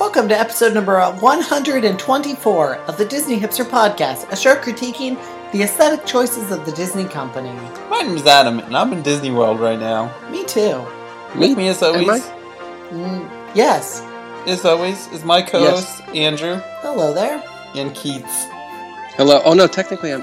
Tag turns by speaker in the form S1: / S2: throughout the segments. S1: Welcome to episode number 124 of the Disney Hipster Podcast, a show critiquing the aesthetic choices of the Disney company.
S2: My name's Adam, and I'm in Disney World right now.
S1: Me too.
S2: With me, as always,
S3: I?
S1: Mm, yes.
S2: as always, is my co-host Andrew
S1: Hello there.
S2: and Keats.
S3: Hello. Oh no, technically I'm.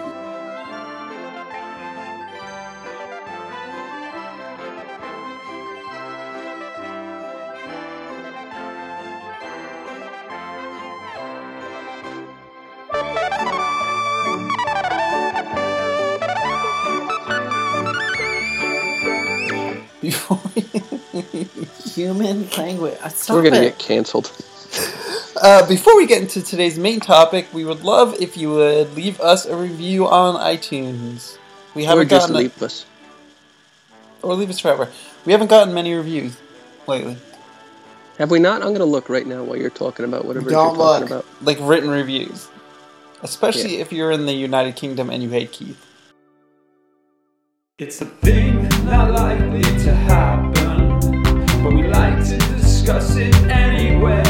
S2: Before
S1: Human language. uh, Stop
S3: We're gonna
S1: it.
S3: get canceled.
S2: uh, before we get into today's main topic, we would love if you would leave us a review on iTunes. We
S3: We're
S2: haven't
S3: just
S2: gotten
S3: leapless.
S2: or leave us forever. We haven't gotten many reviews lately,
S3: Have we not? I'm gonna look right now while you're talking about whatever it is
S1: Don't
S3: you're talking
S1: look.
S3: about.
S2: like written reviews, especially if you're in the United Kingdom and you hate Keith.
S4: It's a thing not likely to happen, but we like to discuss it anyway.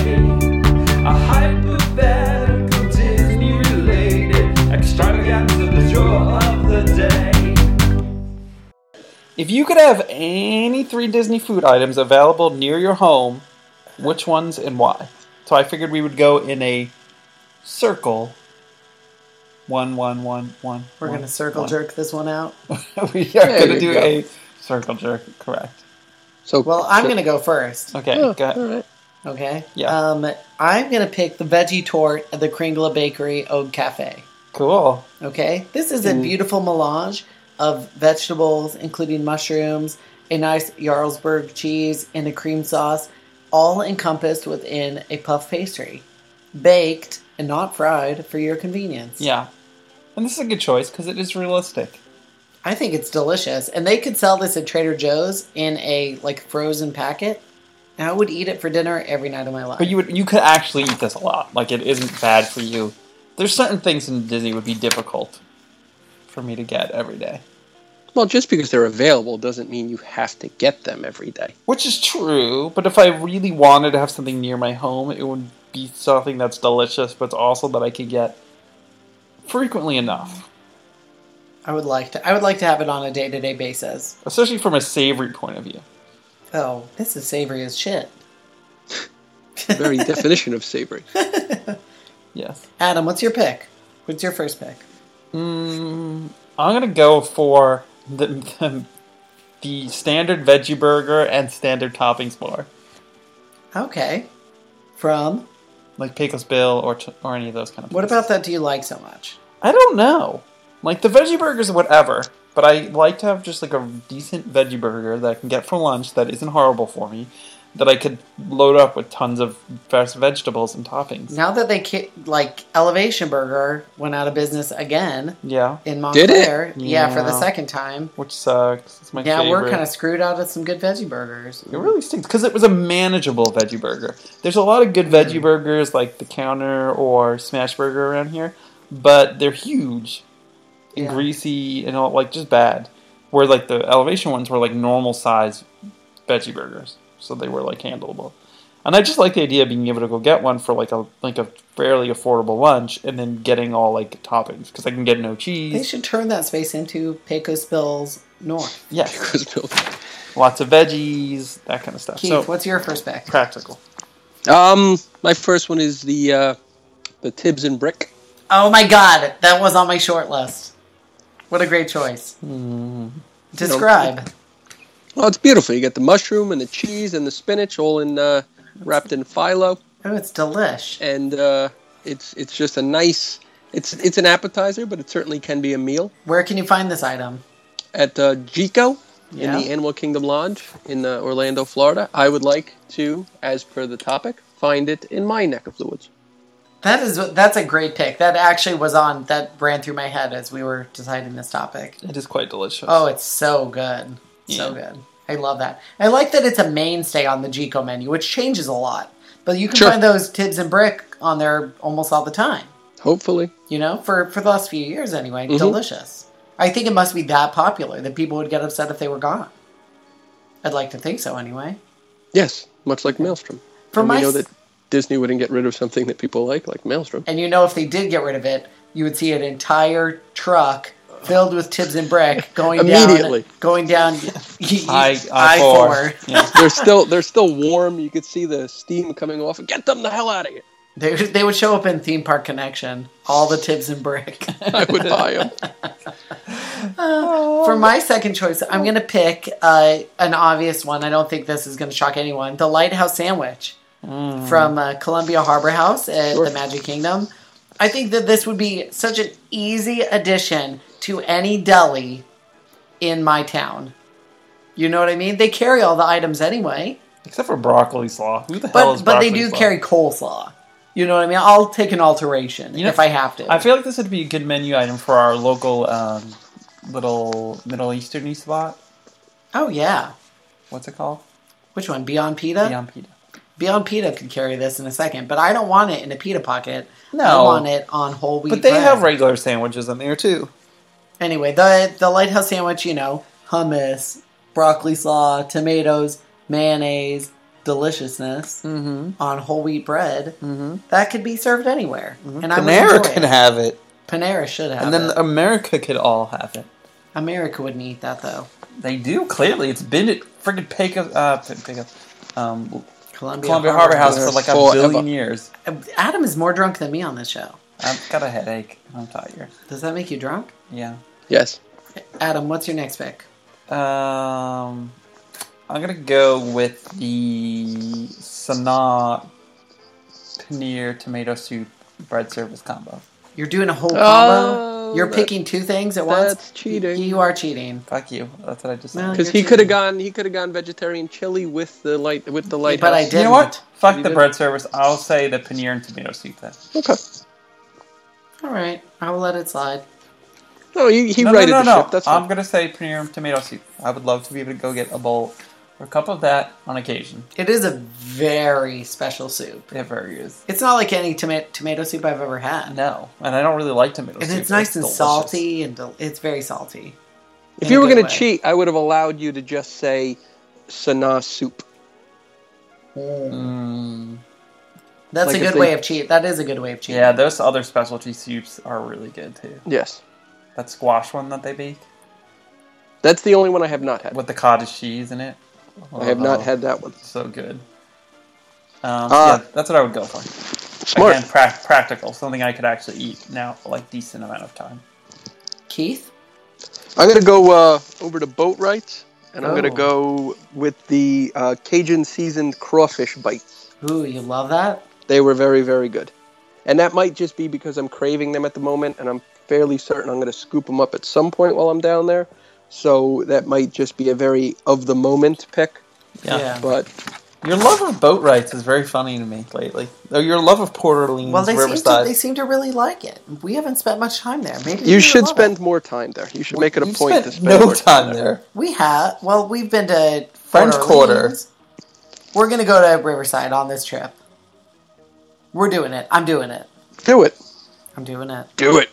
S4: A hypothetical Disney related extravaganza, the jaw of the day.
S2: If you could have any three Disney food items available near your home, which ones and why? So I figured we would go in a circle. One, one, one, one.
S1: We're
S2: one,
S1: going to circle
S2: one.
S1: jerk this one out.
S2: we are
S3: There
S2: going to
S3: you
S2: do
S3: go.
S2: a circle jerk. Correct.
S3: So Oh,
S1: Well, I'm going to go first.
S2: Okay. go ahead.
S3: all right.
S1: Okay.
S2: Yeah.
S1: Um, I'm going to pick the veggie tort at the Kringla Bakery Ode Cafe.
S2: Cool.
S1: Okay, this is a
S2: Mm.
S1: beautiful melange of vegetables, including mushrooms, a nice Jarlsberg cheese, and a cream sauce, all encompassed within a puff pastry, baked and not fried for your convenience.
S2: Yeah. And this is a good choice because it is realistic.
S1: I think it's delicious, and they could sell this at Trader Joe's in a like frozen packet. And I would eat it for dinner every night of my life.
S2: But you would you could actually eat this a lot. Like it isn't bad for you. There's certain things in Disney would be difficult for me to get every day.
S3: Well, just because they're available doesn't mean you have to get them every day.
S2: Which is true, but if I really wanted to have something near my home, it would be something that's delicious, but it's also that I could get frequently enough,
S1: I would like to. I would like to have it on a day to day basis.
S2: especially from a savory point of view.
S1: Oh, this is savory as shit.
S3: Very definition of savory.
S2: Yes.
S1: Adam, what's your pick? What's your first pick?
S2: Mm, I'm going to go for the, the, the standard veggie burger and standard toppings bar,
S1: Okay. From
S2: like Pecos Bill or, ch- or any of those kind of
S1: what
S2: places.
S1: about that do you like so much?
S2: I don't know. Like the veggie burgers, or whatever. But I like to have just like a decent veggie burger that I can get for lunch that isn't horrible for me, that I could load up with tons of fresh vegetables and toppings.
S1: Now that they ki- like Elevation Burger went out of business again
S2: Yeah,
S1: in
S3: Did it?
S1: Montclair, yeah. for the
S2: Yeah.
S1: second time.
S2: which sucks. It's my
S1: Yeah,
S2: favorite.
S1: we're kind of screwed out of some good veggie burgers.
S2: It really stinks because it was a manageable veggie burger. There's a lot of good veggie burgers like the Counter or Smash Burger around here, but they're huge and
S1: Yeah.
S2: greasy and all like just bad. Where like the elevation ones were like normal size veggie burgers, so they were like handleable. And I just like the idea of being able to go get one for like a like a fairly affordable lunch, and then getting all like toppings because I can get no
S1: They
S2: cheese.
S1: should turn that space into Pecos Bills North.
S2: Yes,
S3: Because Bill-
S2: lots of veggies, that kind of stuff.
S1: Keith,
S2: so
S1: what's your first pick?
S2: practical.
S3: um, my first one is the uh, the Tibbs and Brick.
S1: Oh my God, that was on my short list. What a great choice. Describe.
S3: Well, it's beautiful. You get the mushroom and the cheese and the spinach all in uh, wrapped in phyllo.
S1: Oh, it's delish.
S3: and uh, it's it's just a nice it's it's an appetizer, but it certainly can be a meal
S1: Where can you find this item?
S3: at uh, Jico
S1: Yeah.
S3: in the Animal Kingdom Lodge in uh, Orlando, Florida. I would like to, as per the topic, find it in my neck of the woods.
S1: That is that's a great pick. That actually was on that ran through my head as we were deciding this topic.
S2: It is quite delicious.
S1: Oh, it's so good. So
S2: Yeah.
S1: good. I love that. I like that it's a mainstay on the Gico menu, which changes a lot. But you can
S3: Sure.
S1: find those Tibbs and Brick on there almost all the time.
S3: Hopefully,
S1: You know, for for the last few years anyway. Delicious. I think it must be that popular that people would get upset if they were gone. I'd like to think so anyway.
S3: yes, much like Maelstrom.
S1: For
S3: And
S1: my
S3: we know
S1: s-
S3: that Disney wouldn't get rid of something that people like, like Maelstrom.
S1: And you know, if they did get rid of it, you would see an entire truck filled with Tibbs and Brick going
S3: Immediately.
S1: down, going down
S2: I, I,
S1: four.
S2: four. Yeah.
S3: They're still they're still warm. You could see the steam coming off. Get them the hell out of here.
S1: They, they would show up in Theme Park Connection, all the Tibbs and Brick.
S3: I would buy them.
S1: For my second choice, I'm going to pick uh, an obvious one. I don't think this is going to shock anyone. The Lighthouse Sandwich
S2: Mm.
S1: from uh, Columbia Harbor House at
S3: Sure.
S1: the Magic Kingdom. I think that this would be such an easy addition to any deli in my town. You know what I mean? They carry all the items anyway,
S2: Except for broccoli slaw. Who the hell is
S1: but but they
S2: broccoli
S1: do
S2: slaw?
S1: carry coleslaw. You know what I mean? I'll take an alteration
S2: know,
S1: if I have to.
S2: I feel like this would be a good menu item for our local um, little Middle Easterny spot.
S1: oh yeah,
S2: What's it called?
S1: which one? Beyond Pita.
S2: Beyond Pita.
S1: Beyond Pita could carry this in a second, but I don't want it in a pita pocket. I
S2: No.
S1: want it on whole wheat.
S2: But they
S1: bread.
S2: have regular sandwiches in there too.
S1: anyway. The the lighthouse sandwich, you know, hummus, broccoli slaw, tomatoes, mayonnaise, deliciousness
S2: Mm-hmm.
S1: on whole wheat bread.
S2: Mm-hmm.
S1: That could be served anywhere, and I would
S2: Panera
S1: enjoy
S2: can
S1: it.
S2: have it,
S1: Panera should have.
S2: and then
S1: it.
S2: America could all have it.
S1: America wouldn't eat that though.
S2: They do clearly. It's been at freaking Pecos, uh, Pe- Pecos, um,
S1: Columbia,
S2: Columbia Harbor House for like a
S3: Forever.
S2: billion years.
S1: Adam is more drunk than me on this show.
S2: I've got a headache. I'm tired.
S1: Does that make you drunk?
S2: Yeah.
S3: Yes.
S1: Adam, what's your next pick?
S2: Um, I'm gonna go with the Sanaa paneer tomato soup bread service combo.
S1: You're doing a whole combo.
S3: Oh,
S1: You're
S3: that-
S1: picking two things at once.
S3: that's cheating.
S1: You are cheating.
S2: Fuck you. That's what I just
S1: Well,
S2: said.
S3: Because
S1: You're
S3: he could
S1: cheating.
S3: have gone, he could have gone vegetarian chili with the light, with the light.
S1: But I
S2: You
S1: didn't.
S2: know what? Fuck
S3: You
S2: the
S3: did.
S2: bread service. I'll say the paneer and tomato soup then.
S3: Okay.
S1: All right, I will let it slide.
S3: No, he, he
S2: no,
S3: righted
S2: no, no,
S3: the
S2: no.
S3: ship. That's
S1: Um,
S2: I'm
S3: fine.
S2: gonna say paneer and tomato soup. I would love to be able to go get a bowl or a cup of that on occasion.
S1: It is a very special soup.
S2: It very is.
S1: It's not like any toma- tomato soup I've ever had.
S2: No, and I don't really like tomato
S1: and
S2: soup.
S1: it's nice and
S2: delicious.
S1: salty, and del- it's very salty.
S3: If
S1: in a
S3: you were
S1: good
S3: going to
S1: way.
S3: cheat, I would have allowed you to just say Sanaa soup.
S2: Mm,
S1: That's
S3: Like
S1: a
S3: if
S1: good way
S3: they-
S1: of cheat. That is a good way of cheating.
S2: yeah, those other specialty soups are really good too.
S3: Yes.
S2: That squash one that they bake
S3: That's the only one I have not had.
S2: with the cottage cheese in it.
S3: I have
S2: Oh,
S3: not had that one.
S2: So good. Um, so
S3: Ah.
S2: yeah, that's what I would go for.
S3: Smart.
S2: Again, prac practical, something I could actually eat now, like decent amount of time.
S1: Keith,
S3: I'm going to go uh, over to boat rights, and I'm going to
S1: Oh.
S3: go with the uh, Cajun seasoned crawfish bites.
S1: ooh, you love that.
S3: They were very, very good. And that might just be because I'm craving them at the moment, and I'm fairly certain I'm going to scoop them up at some point while I'm down there. So that might just be a very of the moment pick.
S1: Yeah.
S3: But
S2: Your love of boat rights is very funny to me lately. Though your love of Port Orleans,
S1: Well, they seem, to,
S2: Riverside.
S1: they seem to really like it. We haven't spent much time there. Maybe
S3: you
S1: they
S3: should
S1: love it.
S3: spend more time there. You should make it a
S2: You've
S3: point
S2: spent
S3: to spend
S2: no
S3: more
S2: time there.
S1: We have. Well, we've been to
S2: French
S1: Port
S2: Quarter.
S1: Orleans. We're gonna go to Riverside on this trip. We're doing it. I'm doing it.
S3: Do it.
S1: I'm doing it.
S3: Do it.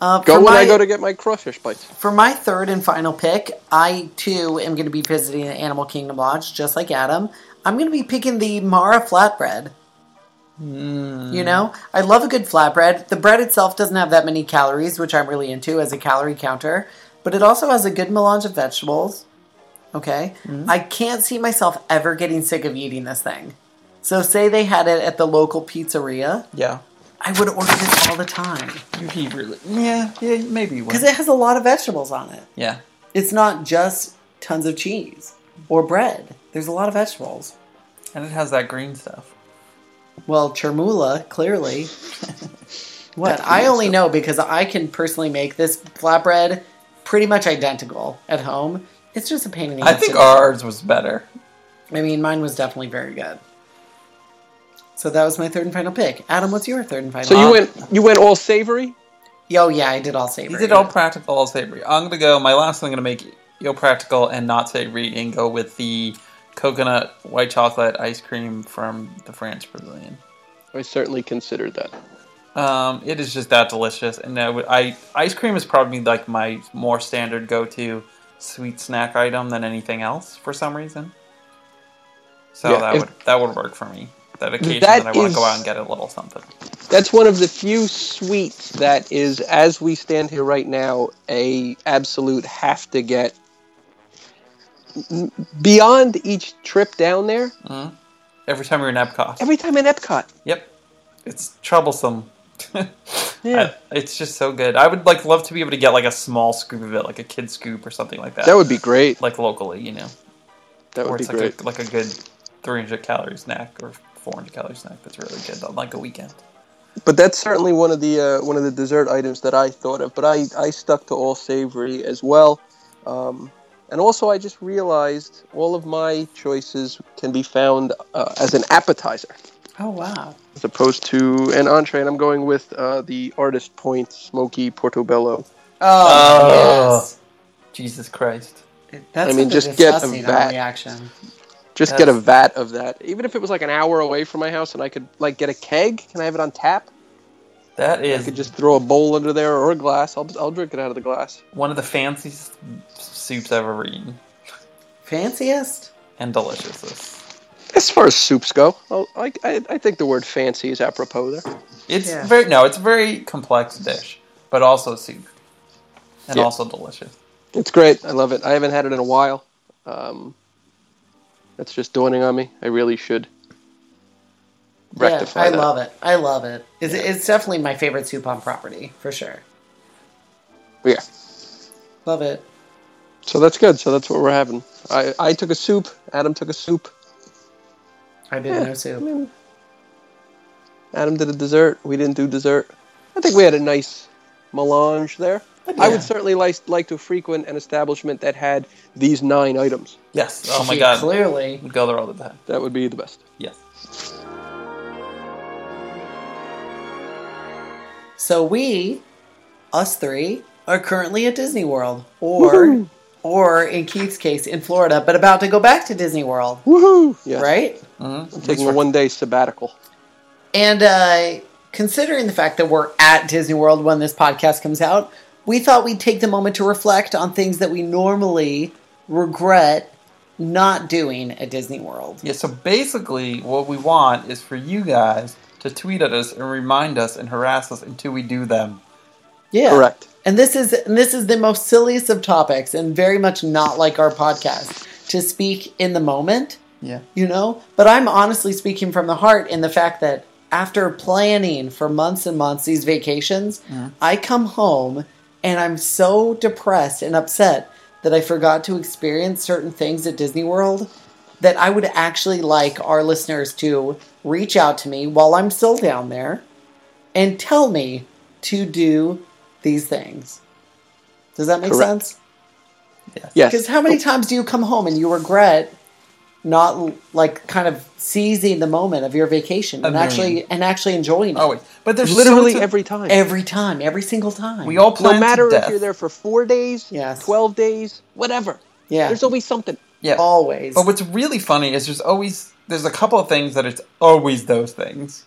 S1: Uh,
S3: Go
S1: for
S3: when
S1: my,
S3: I go to get my crawfish bites.
S1: for my third and final pick. I too am going to be visiting the Animal Kingdom Lodge, just like Adam. I'm going to be picking the Mara flatbread. You know, I love a good flatbread. The bread itself doesn't have that many calories, which I'm really into as a calorie counter, but it also has a good melange of vegetables. Okay. I can't see myself ever getting sick of eating this thing. So, say they had it at the local pizzeria,
S2: Yeah.
S1: I would order this all the time
S2: He really. Yeah, yeah, maybe. you would.
S1: because it has a lot of vegetables on it.
S2: yeah.
S1: It's not just tons of cheese or bread, there's a lot of vegetables.
S2: And it has that green stuff.
S1: Well, chermoula, clearly. what? I only know because I can personally make this flatbread pretty much identical at home. It's just a pain in the
S2: I
S1: ass
S2: think
S1: to do.
S2: ours was better.
S1: I mean, mine was definitely very good. So that was my third and final pick. Adam, what's your third and final? Uh,
S3: So you went you went all savory?
S1: Yo, yeah, I did all savory.
S2: You did all practical, all savory. I'm gonna go. My last thing I'm gonna make yo practical and not savory, and go with the coconut white chocolate ice cream from the France Pavilion.
S3: I certainly considered that.
S2: Um, it is just that delicious, and I, would, I ice cream is probably like my more standard go-to sweet snack item than anything else for some reason. So
S3: Yeah,
S2: that
S3: if-
S2: would that would work for me. that occasion
S3: That
S2: that, I want
S3: is-
S2: to go out and get a little something.
S3: That's one of the few sweets that is, as we stand here right now, a absolute have to get. Beyond each trip down there,
S2: Every time you're in Epcot.
S3: every time in Epcot.
S2: Yep. It's troublesome.
S3: Yeah.
S2: I- it's just so good. I would like love to be able to get like a small scoop of it, like a kid scoop or something like that.
S3: That would be great.
S2: like locally, you know.
S3: That
S2: Or
S3: would be
S2: it's like
S3: great.
S2: a like a good three hundred calorie snack or four hundred calorie snack that's really good on like a weekend.
S3: But that's certainly one of the uh, one of the dessert items that I thought of. But I, I stuck to all savory as well, um, and also I just realized all of my choices can be found uh, as an appetizer
S1: Oh wow.
S3: as opposed to an entree. And I'm going with uh, the Artist Point Smoky Portobello.
S1: Oh,
S2: Oh. Jesus Christ.
S1: yes. That's
S3: Uh, I
S1: something
S3: mean, just get a
S1: disgusting on
S3: vat.
S1: reaction.
S3: Just get a vat of that, even if it was like an hour away from my house, and I could like get a keg. Can I have it on tap?
S2: That
S3: I
S2: is
S3: could just throw a bowl under there or a glass. I'll I'll drink it out of the glass.
S2: one of the fanciest soups I've ever eaten.
S1: Fanciest?
S2: And deliciousest.
S3: As far as soups go, I'll- I, I, I think the word fancy is apropos there.
S2: It's
S1: Yeah.
S2: very no, it's a very complex dish, but also soup. And
S3: Yeah.
S2: also delicious.
S3: It's great. I love it. I haven't had it in a while. Um, that's just dawning on me. I really should rectify
S1: yeah, I
S3: that.
S1: love it. I love it. It's, it's definitely my favorite soup on property for sure.
S3: Yeah.
S1: Love it.
S3: So that's good. So that's what we're having. I, I took a soup. Adam took a soup.
S1: I did no soup.
S3: Adam did a dessert. We didn't do dessert. I think we had a nice melange there. I would certainly like, like to frequent an establishment that had these nine items.
S2: Yes. Oh my
S1: She
S2: god.
S1: Clearly.
S2: We go there all the time.
S3: That would be the best.
S2: Yes.
S1: So we, us three, are currently at Disney World, or or in Keith's case, in Florida, but about to go back to Disney World,
S3: Woohoo! Yeah.
S1: right?
S3: I'm taking a one day sabbatical.
S1: And uh, considering the fact that we're at Disney World when this podcast comes out, we thought we'd take the moment to reflect on things that we normally regret not doing at Disney World.
S2: Yeah, so basically, what we want is for you guys to tweet at us and remind us and harass us until we do them.
S1: Yeah,
S3: Correct.
S1: And this is and this is the most silliest of topics, and very much not like our podcast to speak in the moment.
S2: Yeah.
S1: you know but i'm honestly speaking from the heart in the fact that after planning for months and months these vacations i come home and i'm so depressed and upset that i forgot to experience certain things at disney world that i would actually like our listeners to reach out to me while i'm still down there and tell me to do these things does that make
S3: Correct.
S1: sense
S3: Yes.
S1: because how
S2: Oh.
S1: many times do you come home and you regret not like kind of seizing the moment of your vacation and
S2: A million.
S1: actually and actually enjoying it?
S2: Oh wait, but there's
S3: Literally
S2: so much-
S3: every time.
S1: every time, every single time.
S2: we all plan
S3: no matter
S2: to death.
S3: if you're there for four days,
S1: Yes.
S3: 12 days, whatever.
S1: yeah,
S3: There's always something.
S2: yeah.
S1: always.
S2: But what's really funny is there's always there's a couple of things that it's always those things.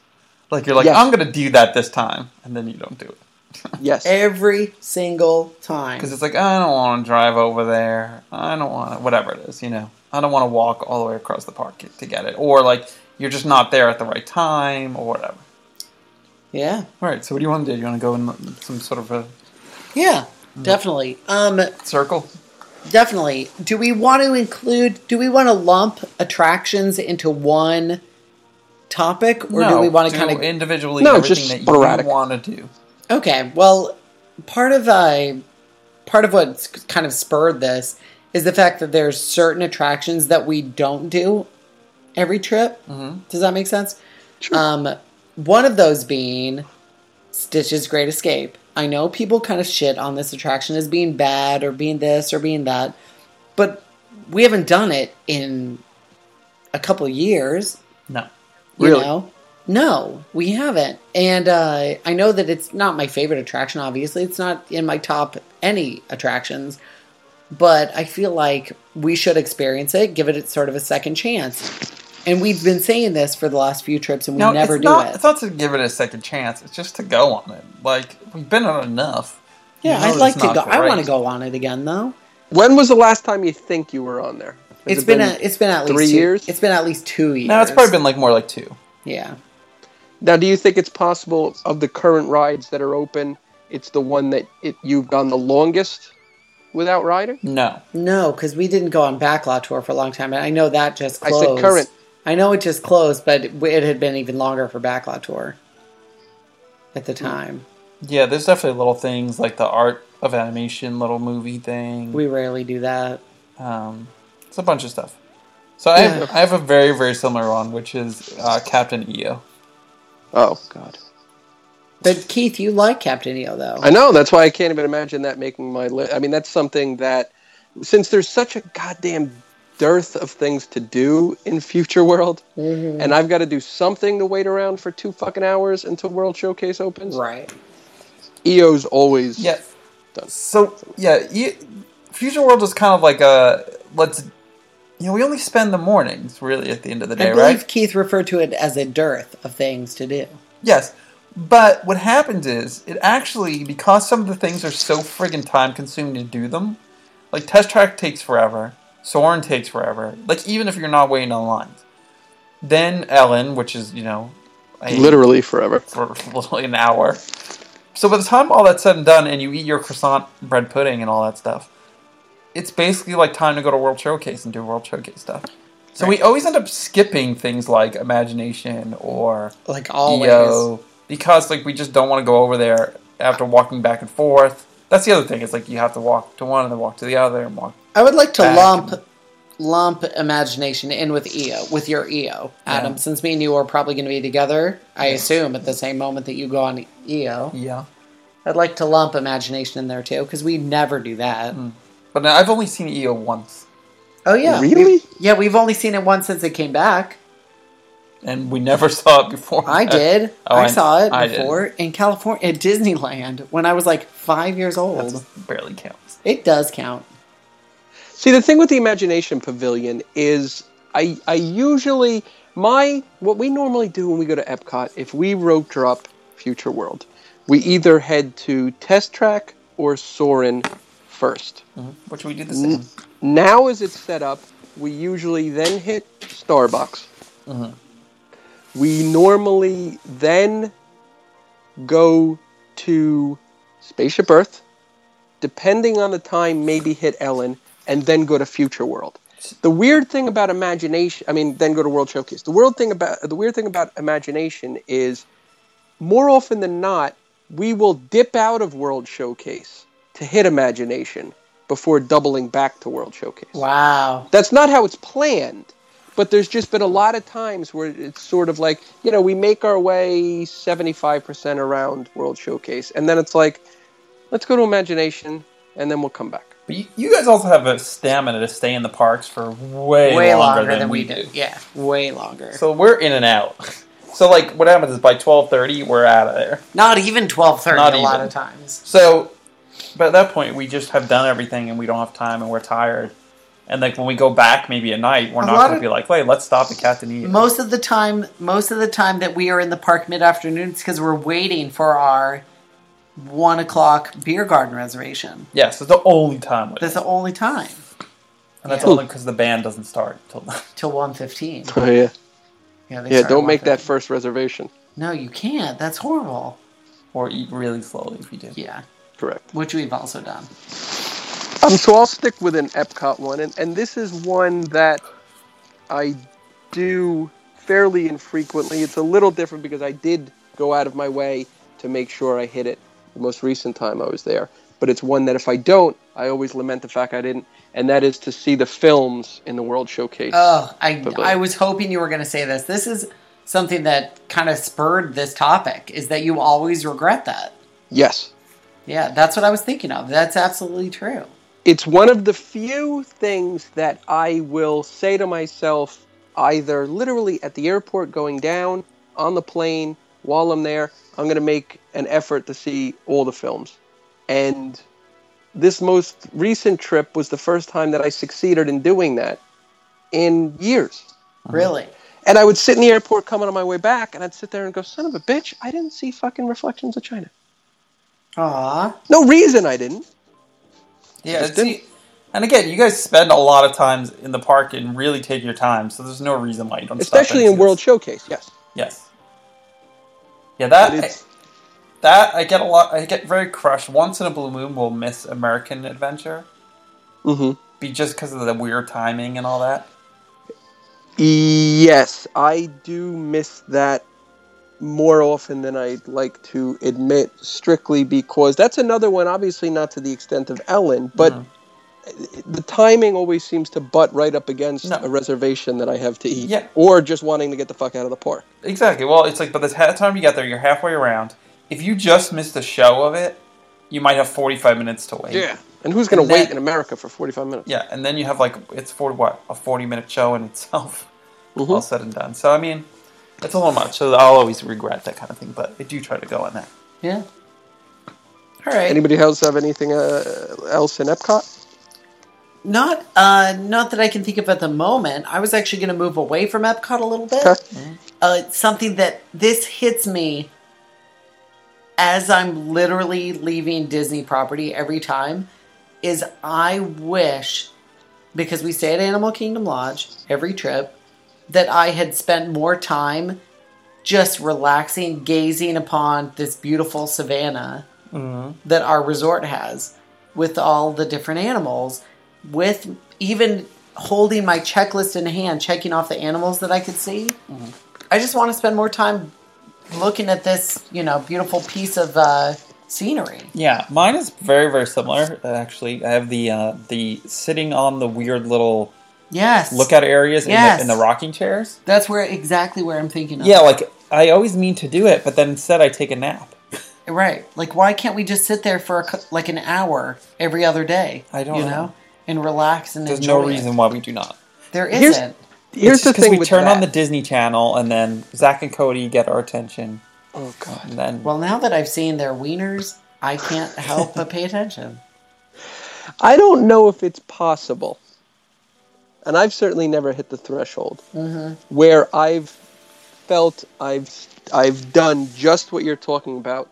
S2: Like you're like
S3: Yes.
S2: I'm gonna do that this time, and then you don't do it
S3: Yes.
S1: every single time.
S2: because it's like I don't want to drive over there. I don't want to whatever it is, you know. I don't want to walk all the way across the park to get it, or like you're just not there at the right time, or whatever.
S1: Yeah,
S2: All right, so what do you want to do? You want to go in some sort of a
S1: yeah,
S2: Mm.
S1: definitely. Um,
S2: circle?
S1: definitely. Do we want to include? Do we want to lump attractions into one topic, or do we want to kind of
S2: individually
S3: No,
S2: everything
S3: just
S2: that
S3: sporadic.
S2: you want to do?
S1: Okay, well, part of uh, part of what's kind of spurred this is the fact that there's certain attractions that we don't do every trip. Does that make sense? Um, one of those being Stitch's Great Escape. I know people kind of shit on this attraction as being bad or being this or being that, but we haven't done it in a couple years
S2: No,
S1: you
S3: Really?
S1: know no we haven't and uh, i know that it's not my favorite attraction obviously it's not in my top any attractions but i feel like we should experience it give it sort of a second chance and we've been saying this for the last few trips and we
S2: no,
S1: never
S2: it's
S1: do
S2: not,
S1: it
S2: It's not to give it a second chance. It's just to go on it. Like we've been on enough.
S1: yeah
S2: You know
S1: i'd like
S2: it's
S1: to
S2: not
S1: go i
S2: great.
S1: want to go on it again though
S3: when was the last time you think you were on there? Has
S1: it's
S3: it
S1: been, a, it's been at least
S3: three
S1: two-
S3: years?
S1: it's been at least two years
S2: No, it's probably been like more like two.
S1: Yeah.
S3: Now, do you think it's possible of the current rides that are open, it's the one that it, you've gone the longest without riding?
S2: No.
S1: No, because we didn't go on backlot tour for a long time, and I know that just
S3: I
S1: closed.
S3: said current.
S1: I know it just closed, but it it had been even longer for backlot tour at the time.
S2: Yeah, there's definitely little things like the art of animation little movie thing.
S1: We rarely do that.
S2: Um, it's a bunch of stuff. So I have,
S1: Yeah.
S2: I have a very very similar one, which is uh, Captain EO.
S3: Oh God,
S1: But Keith, you like Captain EO though.
S3: I know. That's why I can't even imagine that making my list. I mean, that's something that since there's such a goddamn dearth of things to do in Future World,
S1: Mhm.
S3: and I've got to do something to wait around for two fucking hours until World Showcase opens.
S1: Right.
S3: EO's always
S2: Yeah.
S3: Done.
S2: So yeah, E- Future World is kind of like a let's. You know, we only spend the mornings really at the end of the
S1: I
S2: day,
S1: believe
S2: right?
S1: Keith referred to it as a dearth of things to do.
S2: Yes. But what happens is it actually because some of the things are so friggin' time consuming to do them, like test track takes forever, Soren takes forever. Like even if you're not waiting on lines, then Ellen, which is you know, a-
S3: literally forever.
S2: for literally an hour. So by the time all that's said and done, and you eat your croissant bread pudding and all that stuff, it's basically like time to go to World Showcase and do World Showcase stuff. So we always end up skipping things like imagination or
S1: Like always.
S2: EO because like we just don't want to go over there after walking back and forth. That's the other thing. It's like you have to walk to one and then walk to the other and walk.
S1: I would like to
S2: Back
S1: lump
S2: and-
S1: lump imagination in with EO, with your EO, Adam. Since me and you are probably going to be together, I assume at the same moment that you go on E EO,
S2: Yeah.
S1: I'd like to lump imagination in there too because we never do that.
S2: Hmm. But now, I've only seen EO once,
S1: Oh yeah,
S3: Really?
S1: We've- yeah, we've only seen it once since it came back.
S2: and we never saw it before.
S1: I did.
S2: Oh,
S1: I,
S2: I-
S1: saw it
S2: I didn't.
S1: before in California at Disneyland when I was like five years old.
S2: That barely counts.
S1: It does count.
S3: See, the thing with the Imagination Pavilion is I I usually my what we normally do when we go to Epcot if we road drop Future World, we either head to Test Track or Soarin' first.
S2: Which we do the
S1: Mm.
S2: same.
S3: Now, as it's set up, we usually then hit Starbucks. We normally then go to Spaceship Earth, depending on the time, maybe hit Ellen, and then go to Future World. The weird thing about imagination, I mean, then go to World Showcase. The world thing about the weird thing about imagination is, more often than not, we will dip out of World Showcase to hit imagination before doubling back to World Showcase.
S1: Wow.
S3: That's not how it's planned, but there's just been a lot of times where it's sort of like, you know, we make our way 75% around World Showcase, and then it's like, let's go to Imagination, and then we'll come back.
S2: But you, you guys also have a stamina to stay in the parks for way,
S1: Way
S2: longer, than,
S1: we do. Yeah, way longer.
S2: So we're in and out. So like, what happens is by twelve thirty, we're out of there.
S1: Not even twelve thirty. A
S2: Not
S1: lot
S2: even.
S1: of times.
S2: So, but at that point, we just have done everything, and we don't have time, and we're tired. And like when we go back, maybe at night, we're
S1: A
S2: not
S1: lot
S2: going to
S1: of-
S2: be like, "Wait, let's stop at Captain E."
S1: Most of the time, most of the time that we are in the park mid afternoon, it's because we're waiting for our one o'clock beer garden reservation.
S2: Yes, it's the only time, we
S1: That's the only time
S2: and that's
S1: yeah.
S2: only because the band doesn't start till.
S1: till one fifteen.
S3: Oh, yeah.
S1: Yeah, they
S3: Yeah,
S1: start at
S3: don't make that
S1: 1:15.
S3: first reservation.
S1: No, you can't. That's horrible.
S2: or eat really slowly if you do.
S1: Yeah,
S3: Correct.
S1: which we've also done.
S3: Um, so I'll stick with an Epcot one, and, and this is one that I do fairly infrequently. It's a little different because I did go out of my way to make sure I hit it the most recent time I was there. But it's one that if I don't, I always lament the fact I didn't, and that is to see the films in the World Showcase.
S1: Oh, I
S3: But-
S1: I was hoping you were going to say this. This is something that kind of spurred this topic. Is that you always regret that?
S3: yes.
S1: Yeah, that's what I was thinking of. That's absolutely true.
S3: it's one of the few things that I will say to myself either literally at the airport going down, on the plane, while I'm there, I'm going to make an effort to see all the films. And this most recent trip was the first time that I succeeded in doing that in years.
S1: Really.
S3: And I would sit in the airport coming on my way back, and I'd sit there and go, son of a bitch, I didn't see fucking Reflections of China.
S1: Aw.
S3: No reason I didn't.
S2: Yeah,
S3: Just
S2: it's- and again, you guys spend a lot of times in the park and really take your time, so there's no reason why you don't. stop
S3: Especially
S2: and
S3: in
S2: see
S3: World
S2: this.
S3: Showcase, yes.
S2: Yes. Yeah, that
S3: But it's,
S2: that I get a lot. I get very crushed. Once in a blue moon, we'll miss American Adventure,
S3: hmm
S2: be just because of the weird timing and all that.
S3: Yes, I do miss that more often than I'd like to admit, strictly because that's another one, obviously not to the extent of Ellen, but
S2: Mhm.
S3: the timing always seems to butt right up against
S2: No.
S3: a reservation that I have to eat
S2: Yeah.
S3: or just wanting to get the fuck out of the park.
S2: Exactly. Well, it's like by the ta- time you get there, you're halfway around. If you just missed a show of it, you might have 45 minutes to wait.
S3: And who's going
S2: And
S3: to wait
S2: that-
S3: in America for 45 minutes?
S2: Yeah, and then you have like it's for what a 40 minute show in itself,
S1: Mm-hmm.
S3: Mhm.
S2: all said and done. So I mean, it's a little much. So I'll always regret that kind of thing, but I do try to go on that.
S1: Yeah. All right.
S3: Anybody else have anything uh, else in Epcot?
S1: Not uh not that I can think of at the moment. I was actually going to move away from Epcot a little bit.
S3: Okay.
S1: Uh something that this hits me as I'm literally leaving Disney property every time is I wish because we stay at Animal Kingdom Lodge every trip that I had spent more time just relaxing, gazing upon this beautiful savannah that our resort has with all the different animals, with even holding my checklist in hand, checking off the animals that I could see. I just want to spend more time looking at this, you know, beautiful piece of uh, scenery.
S2: Yeah, mine is very very similar. uh, Actually, I have the uh, the sitting on the weird little
S1: Yes.
S2: lookout areas
S1: Yes.
S2: in, the, in the rocking chairs.
S1: That's where exactly where I'm thinking of.
S2: Yeah, like I always mean to do it, but then instead I take a nap.
S1: Right. Like, why can't we just sit there for a, cou- like an hour every other day?
S2: I don't
S1: you
S2: know.
S1: know, and relax and
S2: There's no
S1: enjoy it?
S2: reason why we do not.
S1: There
S3: Here's-
S1: isn't.
S3: Here's
S2: It's just
S3: the thing
S2: we
S3: with
S2: turn on the
S3: that.
S2: Disney Channel, and then Zach and Cody get our attention,
S3: Oh, God.
S2: and then
S1: Well, now that I've seen their wieners, I can't help but pay attention.
S3: I don't know if it's possible, and I've certainly never hit the threshold where I've felt I've I've done just what you're talking about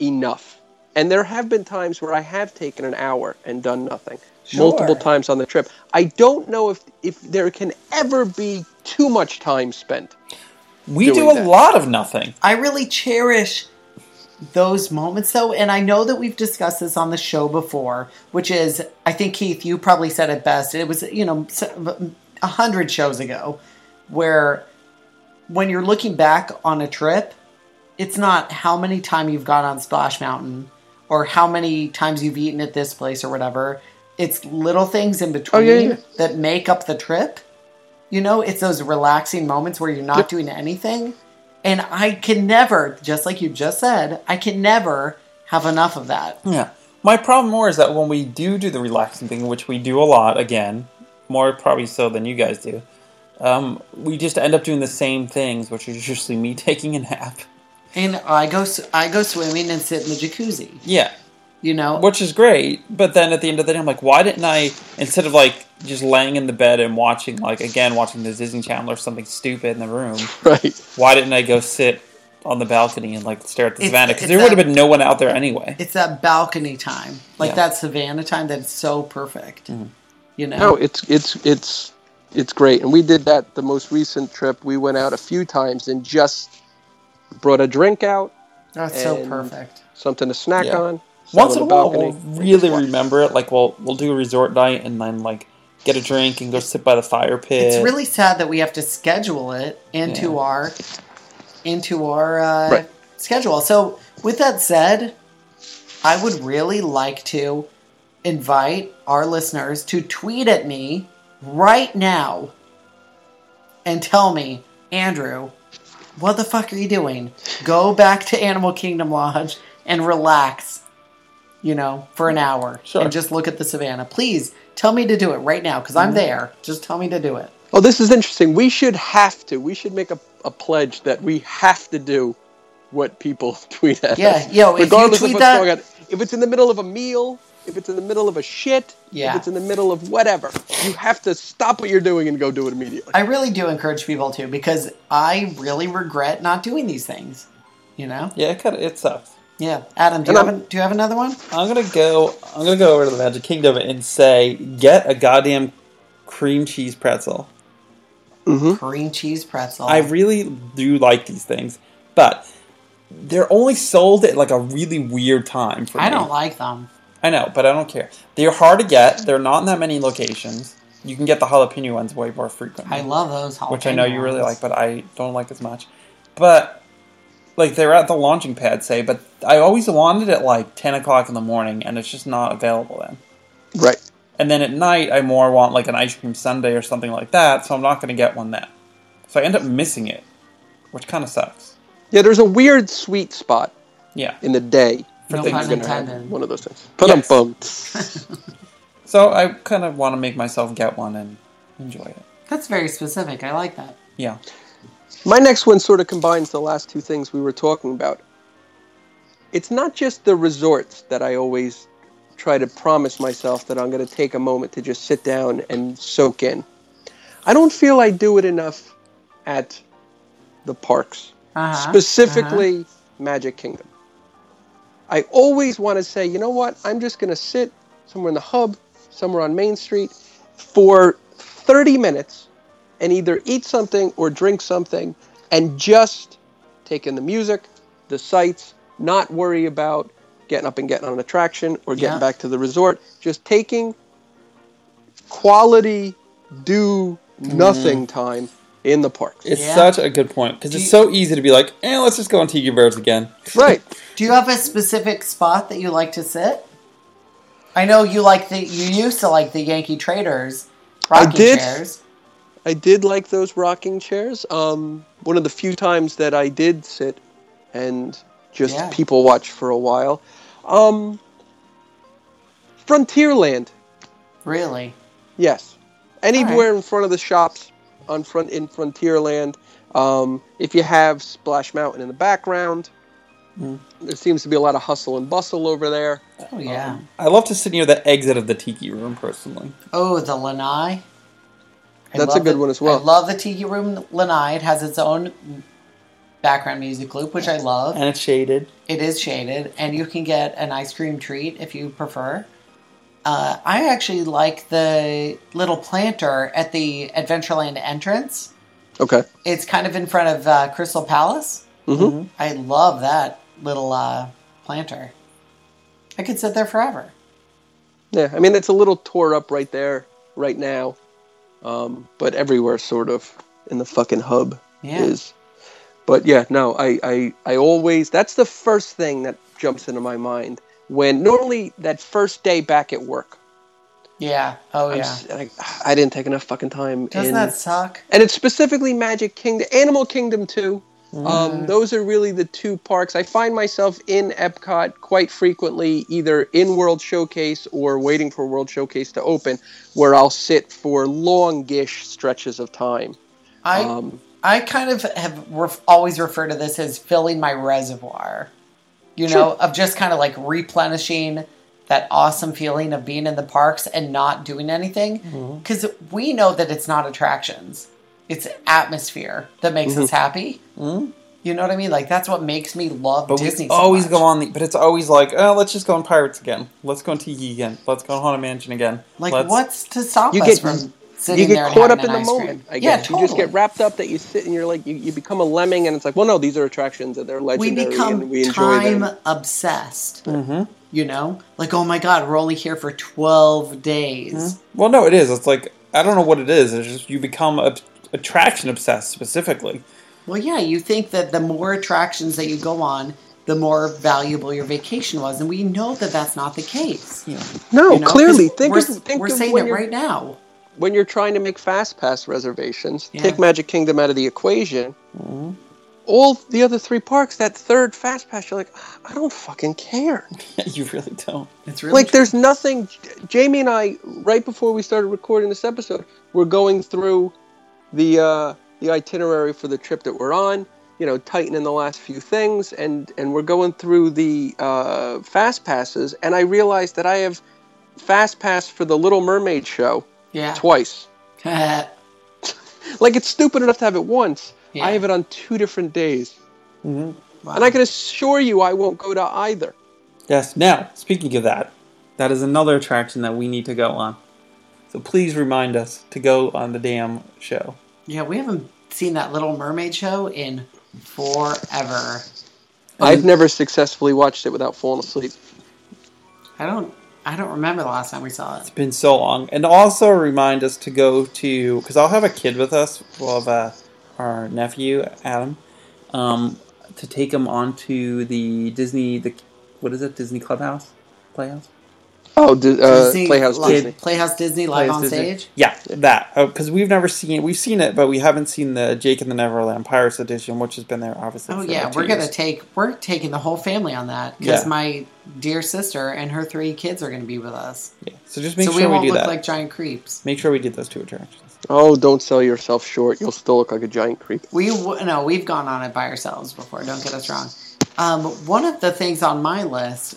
S3: enough. And there have been times where I have taken an hour and done nothing, multiple
S1: Sure.
S3: times on the trip. I don't know if if there can ever be too much time spent.
S2: we do
S3: doing
S2: a
S3: that.
S2: lot of nothing.
S1: I really cherish those moments though and i know that we've discussed this on the show before which is i think keith you probably said it best it was you know s- a hundred shows ago where when you're looking back on a trip it's not how many time you've gone on splash mountain or how many times you've eaten at this place or whatever it's little things in between
S3: Oh, yeah, yeah.
S1: that make up the trip you know it's those relaxing moments where you're not doing anything and I can never, just like you just said, I can never have enough of that.
S2: Yeah. My problem more is that when we do do the relaxing thing, which we do a lot, again, more probably so than you guys do, um, we just end up doing the same things, which is usually me taking a nap.
S1: And I go, s- I go swimming and sit in the jacuzzi.
S2: Yeah.
S1: You know,
S2: Which is great, but then at the end of the day, I'm like, why didn't I, instead of like just laying in the bed and watching, like, again, watching the Disney Channel or something stupid in the room,
S3: Right.
S2: why didn't I go sit on the balcony and like stare at the
S1: It's-
S2: savannah? Because
S1: it's
S2: there would have
S1: a-
S2: been no one out there anyway.
S1: it's that balcony time, like
S2: Yeah.
S1: that Savannah time, that's so perfect. You know,
S3: No, it's it's it's it's great, and we did that the most recent trip. We went out a few times and just brought a drink out,
S1: that's so
S3: and-
S1: perfect.
S3: something to snack
S2: Yeah.
S3: on. sat
S2: Once
S3: on
S2: in a
S3: the
S2: while,
S3: balcony.
S2: we'll really remember it. Like, we'll we'll do a resort night and then like get a drink and go sit by the fire pit.
S1: It's really sad that we have to schedule it into
S2: Yeah.
S1: our into our uh,
S3: Right.
S1: schedule. So, with that said, I would really like to invite our listeners to tweet at me right now and tell me, Andrew, what the fuck are you doing? Go back to Animal Kingdom Lodge and relax, you know, for an hour
S2: Sure.
S1: and just look at the savannah. Please tell me to do it right now because
S2: Mm-hmm.
S1: I'm there. Just tell me to do it.
S3: Oh, this is interesting. We should have to. We should make a, a pledge that we have to do what people tweet at
S1: Yeah,
S3: us.
S1: yo, if you
S3: regardless
S1: tweet
S3: of what's
S1: that-
S3: going on. If it's in the middle of a meal, if it's in the middle of a shit,
S1: Yeah.
S3: if it's in the middle of whatever, you have to stop what you're doing and go do it immediately.
S1: I really do encourage people to because I really regret not doing these things. You know?
S2: yeah, it kind of it sucks.
S1: Yeah. Adam, do you
S3: And
S1: have
S3: I'm-
S1: an, do you have another one?
S2: I'm gonna go. I'm gonna go over to the Magic Kingdom and say, get a goddamn cream cheese pretzel.
S3: Mm-hmm.
S1: green cheese pretzel.
S2: Hmm? I really do like these things, but they're only sold at like a really weird time for
S1: I
S2: me.
S1: don't like them.
S2: I know, but I don't care. They're hard to get. They're not in that many locations. You can get the jalapeno ones way more frequently,
S1: I love those jalapenos.
S2: which I know you really like, but I don't like as much. But like they're at the launching pad, say, but I always wanted it like ten o'clock in the morning, and it's just not available then.
S3: Right.
S2: And then at night, I more want like an ice cream sundae or something like that, so I'm not going to get one then. So I end up missing it, which kind of sucks.
S3: Yeah, there's a weird sweet spot
S2: Yeah.
S3: in the day for
S2: No
S3: things
S2: pun
S3: you're gonna
S1: intended.
S3: have one of those things. But I'm bummed.
S2: So I kind of want to make myself get one and enjoy it.
S1: That's very specific. I like that.
S2: Yeah.
S3: My next one sort of combines the last two things we were talking about. It's not just the resorts that I always try to promise myself that I'm going to take a moment to just sit down and soak in. I don't feel I do it enough at the parks,
S1: Uh-huh.
S3: specifically Magic Kingdom. I always want to say, you know what? I'm just going to sit somewhere in the hub, somewhere on Main Street for 30 minutes and either eat something or drink something and just take in the music, the sights, not worry about getting up and getting on an attraction or getting
S1: Yeah.
S3: back to the resort. Just taking quality, do nothing
S1: Mm.
S3: time in the parks.
S2: It's
S1: Yeah.
S2: such a good point because it's
S1: you-
S2: so easy to be like, eh, let's just go on Tiki Birds again.
S3: right.
S1: Do you have a specific spot that you like to sit? I know you like the you used to like the Yankee Traders rocking
S3: did.
S1: chairs.
S3: I did like those rocking chairs. Um, one of the few times that I did sit and just
S1: Yeah.
S3: people watch for a while. Um, Frontierland,
S1: Really?
S3: yes. Anywhere in front of the shops on front in Frontierland. Um, if you have Splash Mountain in the background, there seems to be a lot of hustle and bustle over there.
S1: Oh yeah.
S2: I love to sit near the exit of the Tiki Room personally.
S1: oh, the lanai. I
S3: That's a
S1: love
S3: good
S1: the-
S3: one as well.
S1: I love the Tiki Room lanai. It has its own background music loop, which I love.
S2: And it's shaded.
S1: It is shaded, and you can get an ice cream treat if you prefer. Uh, I actually like the little planter at the Adventureland entrance.
S3: Okay.
S1: It's kind of in front of uh, Crystal Palace.
S3: Mhm.
S1: I love that little uh, planter. I could sit there forever.
S3: Yeah, I mean it's a little tore up right there, right now, um, but everywhere sort of in the fucking hub
S1: Yeah.
S3: is. But yeah, no, I, I I always that's the first thing that jumps into my mind when normally that first day back at work.
S1: Yeah. Oh,
S3: I'm
S1: yeah.
S3: s- like, "Ah, I didn't take enough fucking time.
S1: Doesn't
S3: in-
S1: that suck?
S3: and it's specifically Magic Kingdom, Animal Kingdom too.
S1: Mm-hmm.
S3: Um, those are really the two parks. I find myself in Epcot quite frequently, either in World Showcase or waiting for World Showcase to open, where I'll sit for longish stretches of time.
S1: I
S3: Um,
S1: I kind of have ref- always referred to this as filling my reservoir, you know, of just kind of like replenishing that awesome feeling of being in the parks and not doing anything.
S3: Mm-hmm.
S1: Because we know that it's not attractions, it's atmosphere that makes
S3: Mm-hmm.
S1: us happy. You know what I mean? Like, that's what makes me love
S2: But
S1: Disney.
S2: we
S1: so
S2: always
S1: much.
S2: go on the. But it's always like, oh, let's just go on Pirates again. Let's go on Tiki again. Let's go on Haunted Mansion again.
S1: Like,
S2: let's,
S1: what's to stop
S3: You
S1: us
S3: get-
S1: from sitting
S3: you
S1: there
S3: get
S1: and
S3: caught
S1: having
S3: up
S1: an
S3: in the
S1: ice cream?
S3: moment. I
S1: Yeah,
S3: guess
S1: totally.
S3: you just get wrapped up that you sit and you're like you, you become a lemming, and it's like, well, no, these are attractions and they're
S1: we
S3: legendary,
S1: become
S3: and we enjoy Mm-hmm.
S1: time
S3: them.
S1: obsessed. You know, like oh my god, we're only here for twelve days.
S3: Mm-hmm.
S2: Well, no, it is. It's like I don't know what it is. It's just you become a, attraction obsessed specifically.
S1: Well, yeah, you think that the more attractions that you go on, the more valuable your vacation was, and we know that that's not the case. You
S3: No,
S1: know?
S3: clearly,
S1: 'Cause
S3: think
S1: we're,
S3: of, think
S1: we're
S3: of
S1: saying
S3: when
S1: it
S3: you're
S1: right now.
S3: when you're trying to make fast pass reservations,
S1: Yeah. Mm-hmm.
S3: take Magic Kingdom out of the equation. All the other three parks, that third fast pass, you're like, I don't fucking care.
S2: you really don't.
S1: It's really
S3: Like, there's nothing. Jamie and I, right before we started recording this episode, we're going through the uh, the itinerary for the trip that we're on. You know, tightening the last few things, and and we're going through the uh, fast passes, and I realized that I have fast pass for the Little Mermaid show
S1: yeah.
S3: twice. Like it's stupid enough to have it once.
S1: Yeah.
S3: I have it on two different days,
S1: Wow.
S3: and I can assure you I won't go to either.
S2: Yes. Now, speaking of that, that is another attraction that we need to go on. So please remind us to go on the damn show.
S1: Yeah, we haven't seen that Little Mermaid show in forever.
S3: I've never successfully watched it without falling asleep.
S1: I don't. I don't remember the last time we saw it.
S2: It's been so long. And also remind us to go to because I'll have a kid with us. We'll have uh, our nephew Adam um, to take him onto the Disney the what is it Disney Clubhouse Playhouse
S3: Oh, Di- uh,
S1: Disney
S3: Playhouse
S1: Live-
S3: Disney.
S1: Playhouse Disney live
S2: Playhouse
S1: on
S2: Disney.
S1: stage.
S2: Yeah, that because we've never seen it. We've seen it, but we haven't seen the Jake and the Neverland Pirates edition, which has been there obviously.
S1: Oh
S2: for
S1: yeah,
S2: like two
S1: we're gonna
S2: years.
S1: take we're taking the whole family on that because
S2: Yeah.
S1: my dear sister and her three kids are gonna be with us.
S2: Yeah. So just make
S1: so we
S2: sure we,
S1: won't
S2: do
S1: look
S2: that.
S1: like giant creeps.
S2: Make sure we do those two attractions.
S3: Oh, don't sell yourself short. You'll still look like a giant creep.
S1: We w- no, we've gone on it by ourselves before. Don't get us wrong. Um, one of the things on my list,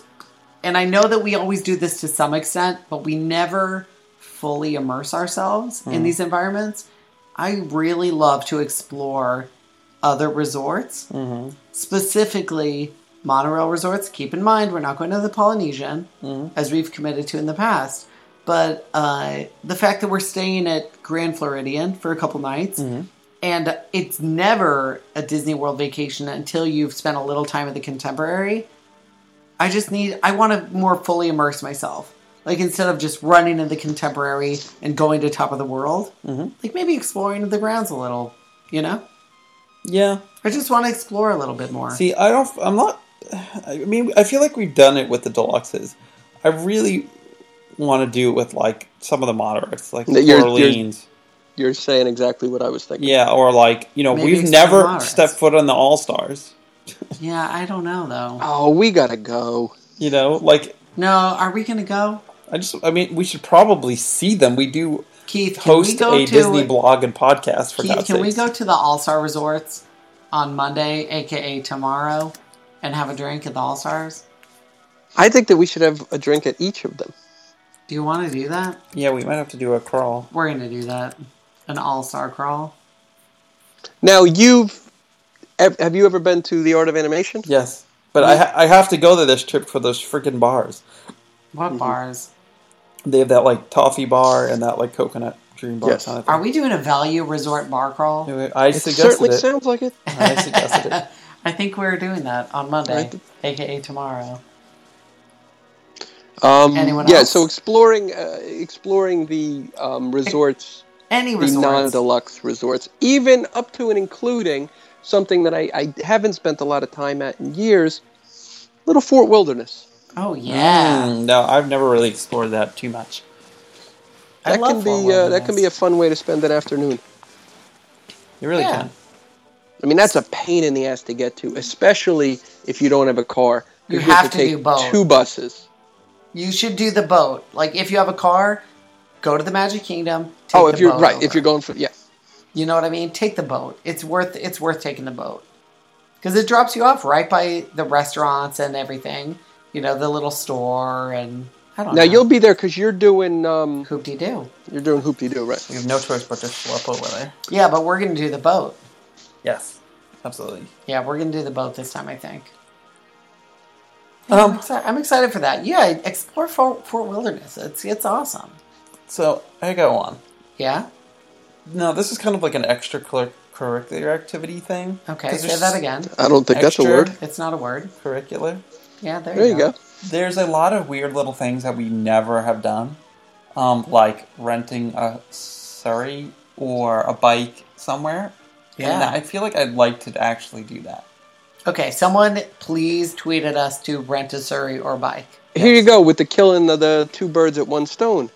S1: and I know that we always do this to some extent, but we never fully immerse ourselves in these environments. I really love to explore other resorts, specifically monorail resorts. Keep in mind, we're not going to the Polynesian as we've committed to in the past. But uh, the fact that we're staying at Grand Floridian for a couple nights, and it's never a Disney World vacation until you've spent a little time at the Contemporary. I just need, I want to more fully immerse myself. Like instead of just running in the Contemporary and going to Top of the World,
S2: Mm-hmm.
S1: like maybe exploring the grounds a little, you know?
S2: Yeah.
S1: I just want to explore a little bit more.
S2: See, I don't. I'm not. I mean, I feel like we've done it with the deluxes. I really want to do it with like some of the moderates, like
S3: That you're- you're-
S2: Orleans.
S3: You're saying exactly what I was thinking.
S2: Yeah, or like you know,
S1: Maybe
S2: we've
S1: it's not
S2: never
S1: ours.
S2: stepped foot on the All Stars.
S1: yeah, I don't know though.
S3: Oh, we gotta go.
S2: You know, like
S1: No, are we going to go?
S2: I just, I mean, we should probably see them. We do
S1: Keith, can we
S2: host
S1: go
S2: a
S1: to
S2: Disney blog and podcast for
S1: Keith,
S2: God's
S1: can we
S2: sakes.
S1: go to the All Star Resorts on Monday, aka tomorrow, and have a drink at the All Stars?
S3: I think that we should have a drink at each of them.
S1: Do you want to do that?
S2: Yeah, we might have to do a crawl.
S1: We're going to do that. An All Star crawl.
S3: Now, you've ev- have you ever been to the Art of Animation?
S2: Yes, but I, ha- I have to go to this trip for those freaking bars.
S1: What
S3: Mm-hmm.
S1: bars?
S2: They have that like toffee bar and that like coconut dream bar
S3: Yes.
S2: kind of thing.
S1: Are we doing a value resort bar crawl?
S2: Anyway, I
S3: It
S2: suggested
S3: certainly
S2: it.
S3: sounds like it.
S2: I suggested it.
S1: I think we're doing that on Monday,
S3: Right.
S1: aka tomorrow.
S3: Um,
S1: Anyone
S3: yeah,
S1: else?
S3: so exploring uh, exploring the um, resorts,
S1: Any
S3: the non
S1: resort.
S3: deluxe resorts, even up to and including something that I, I haven't spent a lot of time at in years, Little Fort Wilderness.
S1: Oh yeah,
S2: Mm, no, I've never really explored that too much.
S1: I
S3: That
S1: love
S3: can
S1: Fort
S3: be uh, that can
S1: Wilderness.
S3: be a fun way to spend an afternoon.
S2: You really
S1: Yeah.
S2: can.
S3: I mean, that's a pain in the ass to get to, especially if you don't have a car. 'cause
S1: You have to do both.
S3: Two buses.
S1: You should do the boat. Like if you have a car, go to the Magic Kingdom. Take
S3: oh, if
S1: the
S3: you're
S1: boat
S3: right, if
S1: over.
S3: you're going for yeah,
S1: you know what I mean. Take the boat. It's worth it's worth taking the boat because it drops you off right by the restaurants and everything. You know the little store and I don't
S3: now
S1: know.
S3: you'll be there because you're doing um,
S1: hoop de doo.
S3: you're doing hoop de doo, right?
S2: We have no choice but to flop over there.
S1: Yeah, but we're gonna do the boat.
S2: Yes, absolutely.
S1: Yeah, we're gonna do the boat this time. I think. I'm,
S2: Um,
S1: excited, I'm excited for that. Yeah, explore Fort, Fort Wilderness. It's it's awesome.
S2: so I go on.
S1: Yeah.
S2: No, this is kind of like an extracurricular activity thing.
S1: Okay.
S2: 'Cause
S1: Say
S2: there's
S1: that again.
S3: I don't think that's a
S2: Extra.
S3: word.
S1: It's not a word.
S2: Curricular.
S1: Yeah. There,
S3: There you go.
S2: There's a lot of weird little things that we never have done, um, like renting a Surrey or a bike somewhere. And
S1: Yeah.
S2: I feel like I'd like to actually do that.
S1: Okay, someone please tweet at us to rent a Surrey or bike.
S3: Here you go with the killing of the two birds at one stone.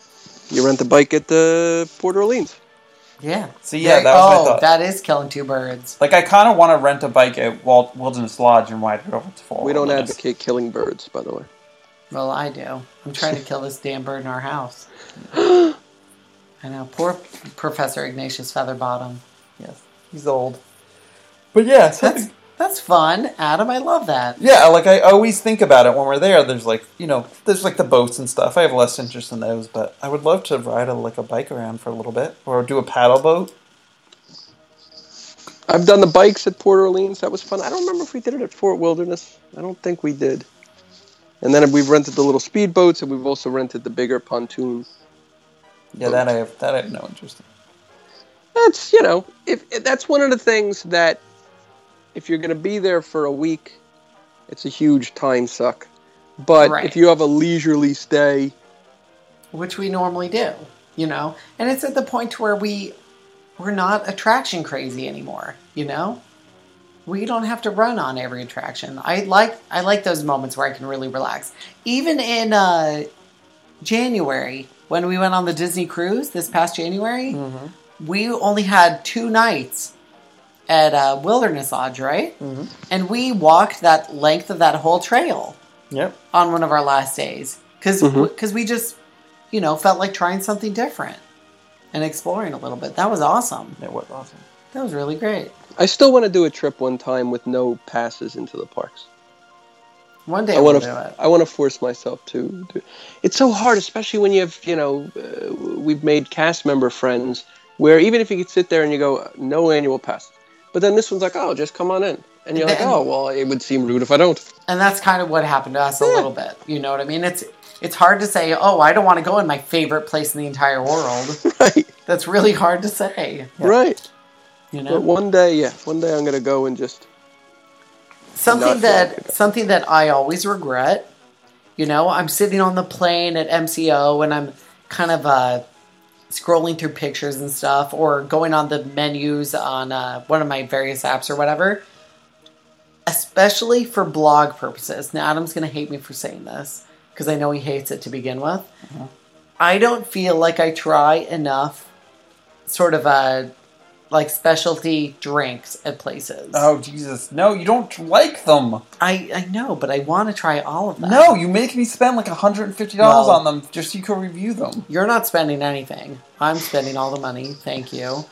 S3: You rent the bike at the Port Orleans.
S1: Yeah.
S2: See, yeah, that was my
S1: oh,
S2: thought.
S1: that is killing two birds.
S2: Like, I kind of want to rent a bike at Wal- Wilderness Lodge and ride it over to Fort
S3: We don't
S2: Wilderness.
S3: advocate killing birds, by the way.
S1: Well, I do. I'm trying to kill this damn bird in our house. I know. Poor Professor Ignatius Featherbottom.
S2: Yes, he's old. But yeah, so
S1: That's that's fun, Adam. I love that.
S2: Yeah, like I always think about it when we're there. There's like you know, there's like the boats and stuff. I have less interest in those, but I would love to ride a, like a bike around for a little bit or do a paddle boat.
S3: I've done the bikes at Port Orleans. That was fun. I don't remember if we did it at Fort Wilderness. I don't think we did. And then we've rented the little speedboats, and we've also rented the bigger pontoon.
S2: Yeah, that I have that I have no interest in.
S3: that's you know if, if that's one of the things that if you're going to be there for a week it's a huge time suck but
S1: Right.
S3: if you have a leisurely stay
S1: which we normally do, you know. And it's at the point where we we're not attraction crazy anymore, you know. We don't have to run on every attraction. I like I like those moments where I can really relax. Even in uh, January when we went on the Disney cruise this past January, we only had two nights at uh, Wilderness Lodge, right?
S2: Mhm.
S1: And we walked that length of that whole trail
S2: Yep.
S1: on one of our last days because
S3: Mhm.
S1: we just you know felt like trying something different and exploring a little bit that was awesome
S2: It was awesome.
S1: that was really great
S3: i still want to do a trip one time with no passes into the parks
S1: one day
S3: I
S1: we'll
S3: want
S1: do
S3: to.
S1: it
S3: I want to force myself to, to. It's so hard, especially when you have, you know, uh, we've made cast member friends where even if you could sit there and you go, no annual pass, but then this one's like, oh, just come on in, and you're like,
S1: Then-
S3: oh, well, it would seem rude if I don't.
S1: and that's kind of what happened to us a little bit you know what i mean it's it's hard to say oh i don't want to go in my favorite place in the entire world
S3: right,
S1: that's really hard to say
S3: right.
S1: you know
S3: But one day, yeah, one day I'm gonna go and just. Not
S1: something
S3: sure.
S1: that something that I always regret. You know, I'm sitting on the plane at MCO and I'm kind of uh, scrolling through pictures and stuff, or going on the menus on uh, one of my various apps or whatever. Especially for blog purposes. Now, Adam's going to hate me for saying this because I know he hates it to begin with. I don't feel like I try enough sort of uh, like specialty drinks at places.
S2: Oh Jesus! No, you don't like them.
S1: I, I know, but I want to try all of them.
S2: No, you make me spend like hundred and fifty dollars
S1: Well-
S2: on them just so you can review them.
S1: You're not spending anything. I'm spending all the money. Thank you.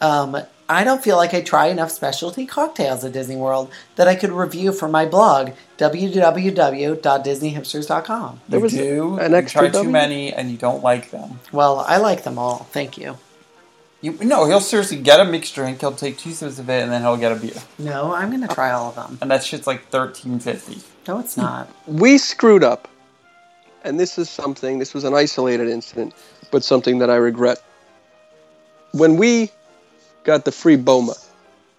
S1: Um, I don't feel like I try enough specialty cocktails at Disney World that I could review for my blog, www.disneyhipsters.com.
S3: There
S2: you
S3: was
S2: do.
S3: an
S2: you
S3: extra
S2: try too
S3: W?
S2: many, and you don't like them.
S1: Well, I like them all. Thank you.
S2: You no, he'll seriously get a mixed drink. He'll take two sips of it, and then he'll get a beer,
S1: No, I'm going to try all of them.
S2: and that shit's like thirteen fifty.
S1: No, it's not.
S3: We screwed up, and this is something. This was an isolated incident, but something that I regret. When we got the free Boma,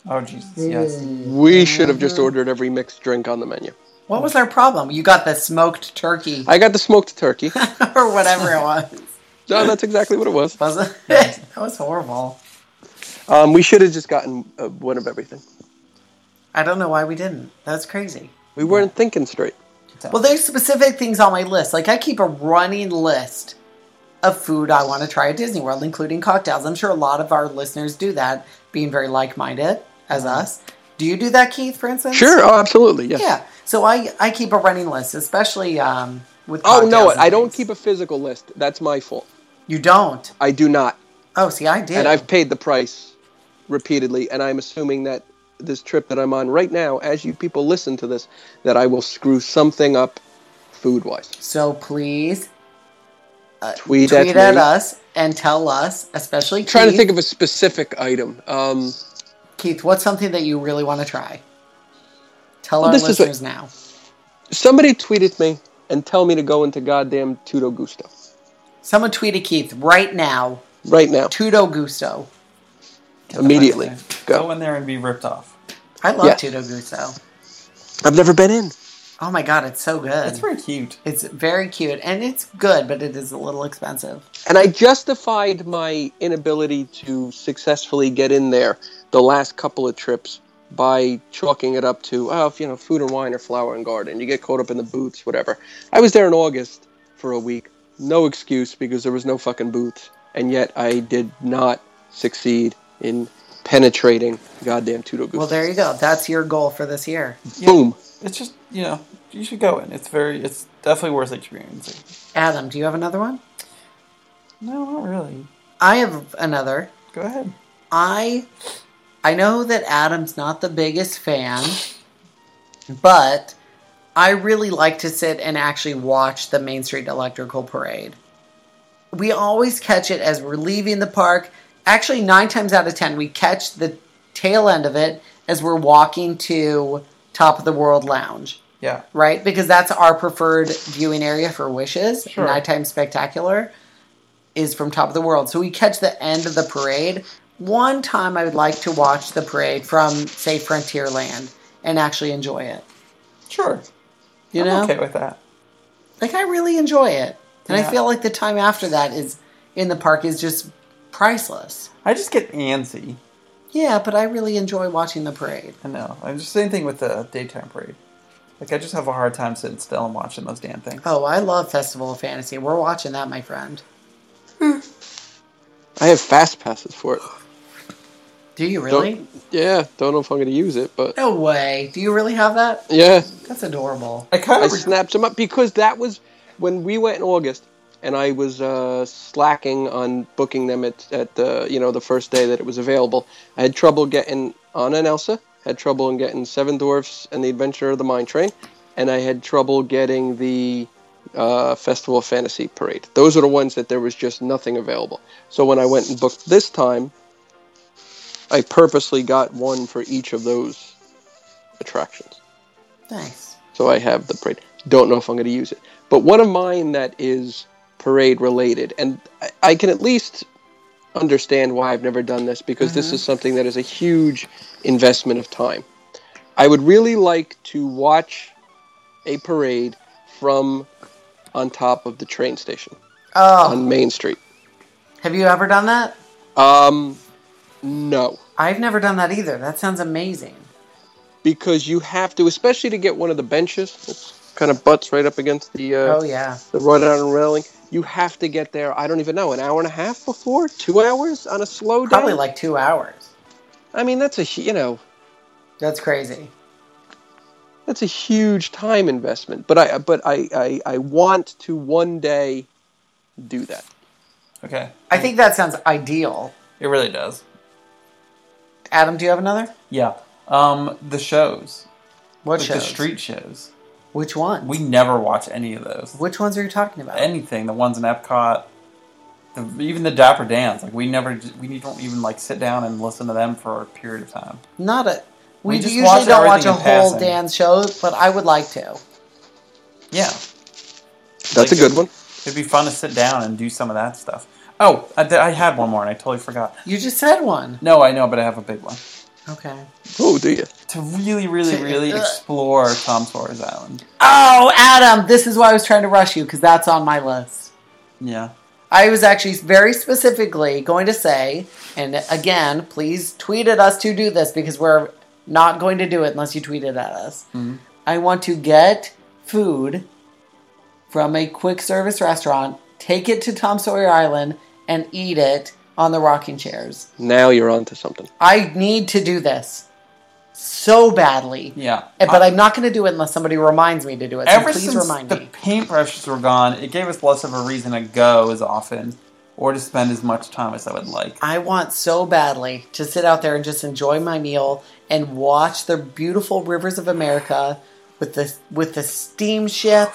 S2: Oh Jesus!
S3: Mm.
S2: Yes.
S3: we should have just ordered every mixed drink on the menu.
S1: What was our problem? You got the smoked turkey
S3: I got the smoked turkey.
S1: or whatever it was.
S3: No, that's exactly what it was.
S1: was it? that was horrible.
S3: Um, we should have just gotten uh, one of everything.
S1: I don't know why we didn't. That's crazy.
S3: We weren't thinking straight.
S1: Well, there's specific things on my list. Like I keep a running list of food I want to try at Disney World, including cocktails. I'm sure a lot of our listeners do that, being very like-minded as us. Do you do that, Keith? For instance,
S3: Uh-huh. Sure. Oh, absolutely. Yes.
S1: Yeah. So I I keep a running list, especially um, with.
S3: Oh no,
S1: cocktails and
S3: I don't
S1: things.
S3: keep a physical list. That's my fault.
S1: You don't.
S3: I do not,
S1: Oh, see, I did.
S3: and I've paid the price repeatedly. And I'm assuming that this trip that I'm on right now, as you people listen to this, that I will screw something up, food-wise.
S1: So please
S3: Tweet,
S1: tweet
S3: at
S1: at
S3: me.
S1: us and tell us, especially Keith.
S3: trying to think of a specific item. Um,
S1: Keith, what's something that you really want to try? Tell our
S3: this is what-
S1: listeners now.
S3: somebody tweeted me and tell me to go into goddamn Tudo Gusto
S1: Someone tweet at Keith right now.
S3: right now,
S1: Tudo Gusto.
S3: immediately.
S2: go.
S3: Go.
S2: in there and be ripped off.
S1: I love
S3: Yes.
S1: Tudo Gusto.
S3: I've never been in.
S1: Oh my god, it's so good.
S2: It's very cute.
S1: It's very cute and it's good, but it is a little expensive.
S3: And I justified my inability to successfully get in there the last couple of trips by chalking it up to, oh, if, you know, food and wine or flower and garden. You get caught up in the booths, whatever. I was there in August for a week. No excuse because there was no fucking booths. And yet I did not succeed in penetrating goddamn Tudo Gusto.
S1: Well, there you go. That's your goal for this year.
S3: Boom.
S2: It's just you know you should go in. It's very it's definitely worth experiencing.
S1: Adam, do you have another one?
S2: No, not really.
S1: I have another.
S2: Go ahead.
S1: I I know that Adam's not the biggest fan, but I really like to sit and actually watch the Main Street Electrical Parade. We always catch it as we're leaving the park. Actually, nine times out of ten, we catch the tail end of it as we're walking to Top of the World Lounge,
S2: Yeah.
S1: right? Because that's our preferred viewing area for wishes. Nighttime spectacular is from Top of the World. So we catch the end of the parade one time I would like to watch the parade from, say, Frontierland and actually enjoy it.
S2: Sure.
S1: You
S2: I'm
S1: know?
S2: okay with that.
S1: Like, I really enjoy it. And I
S2: Yeah.
S1: feel like the time after that is in the park is just priceless.
S2: I just get antsy.
S1: Yeah, but I really enjoy watching the parade.
S2: I know. I'm just same thing with the daytime parade. Like I just have a hard time sitting still and watching those damn things.
S1: Oh, I love Festival of Fantasy. We're watching that, my friend.
S3: I have fast passes for it.
S1: Do you
S3: Don't-
S1: really?
S3: yeah, don't know if I'm going to use it, but
S1: No way. Do you really have that?
S3: yeah,
S1: That's adorable.
S2: I kind
S3: I
S2: of re-
S3: snapped them up because that was when we went in August, and I was uh, slacking on booking them at at the you know the first day that it was available. I had trouble getting Anna and Elsa. Had trouble in getting Seven Dwarfs and the Adventure of the Mine Train, and I had trouble getting the uh, Festival of Fantasy Parade. Those are the ones that there was just nothing available. So when I went and booked this time, I purposely got one for each of those attractions
S1: Nice.
S3: so I have the parade. Don't know if I'm going to use it, but one of mine that is parade related, and I, I can at least understand why I've never done this because
S1: Mm-hmm.
S3: this is something that is a huge investment of time. I would really like to watch a parade from on top of the train station
S1: Oh,
S3: on Main Street.
S1: have you ever done that?
S3: Um, no.
S1: I've never done that either. That sounds amazing.
S3: Because you have to, especially to get one of the benches that kind of butts right up against the uh,
S1: Oh, yeah.
S3: the run on railing. You have to get there. I don't even know an hour and a half before, two hours on a slow day.
S1: Probably like two hours.
S3: I mean, that's a hu- you know
S1: That's crazy.
S3: that's a huge time investment. But I but I I, I want to one day do that.
S2: okay.
S1: I think that sounds ideal.
S2: It really does.
S1: Adam, do you have another?
S2: Yeah. Um, the shows,
S1: What
S2: like
S1: shows?
S2: the street shows.
S1: Which ones?
S2: We never watch any of those.
S1: Which ones are you talking about?
S2: Anything. The ones in Epcot. The, even the Dapper Dans. Like we never. We don't even like sit down and listen to them for a period of time.
S1: Not a. We,
S2: We just
S1: usually
S2: watch
S1: don't watch a
S2: everything in
S1: whole
S2: passing.
S1: dance show, but I would like to.
S2: Yeah.
S3: That's
S2: Like
S3: a good
S2: it-
S3: one.
S2: It'd be fun to sit down and do some of that stuff. Oh, I, did- I had one more and I totally forgot.
S1: You just said one.
S2: No, I know, but I have a big one.
S1: Okay.
S3: Oh, do you?
S2: To really, really,
S1: To-
S2: really
S1: uh.
S2: explore Tom Sawyer's Island.
S1: Oh, Adam, this is why I was trying to rush you because that's on my list.
S2: Yeah.
S1: I was actually very specifically going to say, and again, please tweet at us to do this because we're not going to do it unless you tweet it at us.
S2: Mm-hmm.
S1: I want to get food from a quick service restaurant, take it to Tom Sawyer Island, and eat it on the rocking chairs.
S3: Now you're on to something.
S1: I need to do this so badly.
S2: Yeah.
S1: Eh, But I'm not going to do it unless somebody reminds me to do it. So
S2: Ever
S1: please
S2: since
S1: remind
S2: the
S1: me.
S2: paintbrushes were gone, it gave us less of a reason to go as often or to spend as much time as I would like.
S1: I want so badly to sit out there and just enjoy my meal and watch the beautiful rivers of America with the with the steamship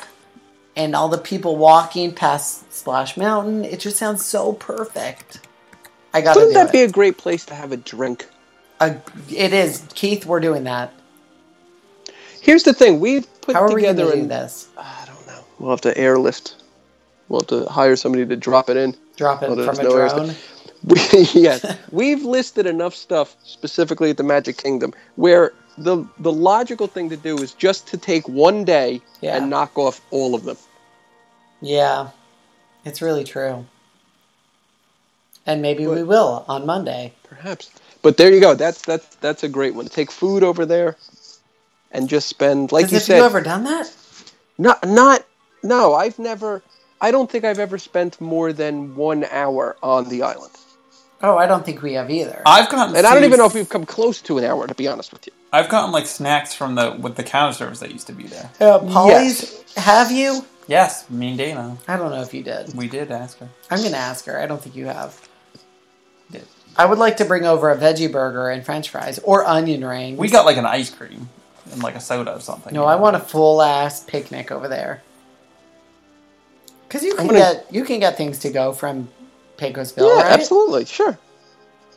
S1: and all the people walking past Splash Mountain. It just sounds so perfect. I got to do
S3: Wouldn't that be
S1: it.
S3: a great place to have a drink?
S1: A- it is Keith. We're doing that.
S3: Here's the thing: we've put
S1: How are we going
S3: together.
S1: to do
S3: an-
S1: this?
S3: I don't know. We'll have to airlift. We'll have to hire somebody to drop it in.
S1: Drop it
S3: Well,
S1: from
S3: there's
S1: a
S3: no air-
S1: drone.
S3: We, yes, we've listed enough stuff specifically at the Magic Kingdom where the the logical thing to do is just to take one day
S1: Yeah.
S3: and knock off all of them.
S1: Yeah, it's really true. And maybe we will on Monday.
S3: Perhaps. But there you go. That's that's that's a great one. Take food over there and just spend like
S1: Because
S3: you
S1: have you
S3: said.
S1: ever done that?
S3: not not no, I've never I don't think I've ever spent more than 1 hour on the island.
S1: Oh, I don't think we have either.
S2: I've gotten
S3: And I don't
S2: food-
S3: even know if we've come close to an hour to be honest with you.
S2: I've gotten like snacks from the with the counter service that used to be there.
S1: Uh, Polly's, have you?
S2: Yes, me and Dana.
S1: I don't know if you did.
S2: We did ask her.
S1: I'm going to ask her. I don't think you have.
S2: We did.
S1: I would like to bring over a veggie burger and french fries or onion rings.
S2: We got like an ice cream and like a soda or something.
S1: No, I want a full ass picnic over there. Cuz you can
S3: gonna-
S1: get you can get things to go from Pecosville,
S3: yeah,
S1: right?
S3: absolutely. Sure.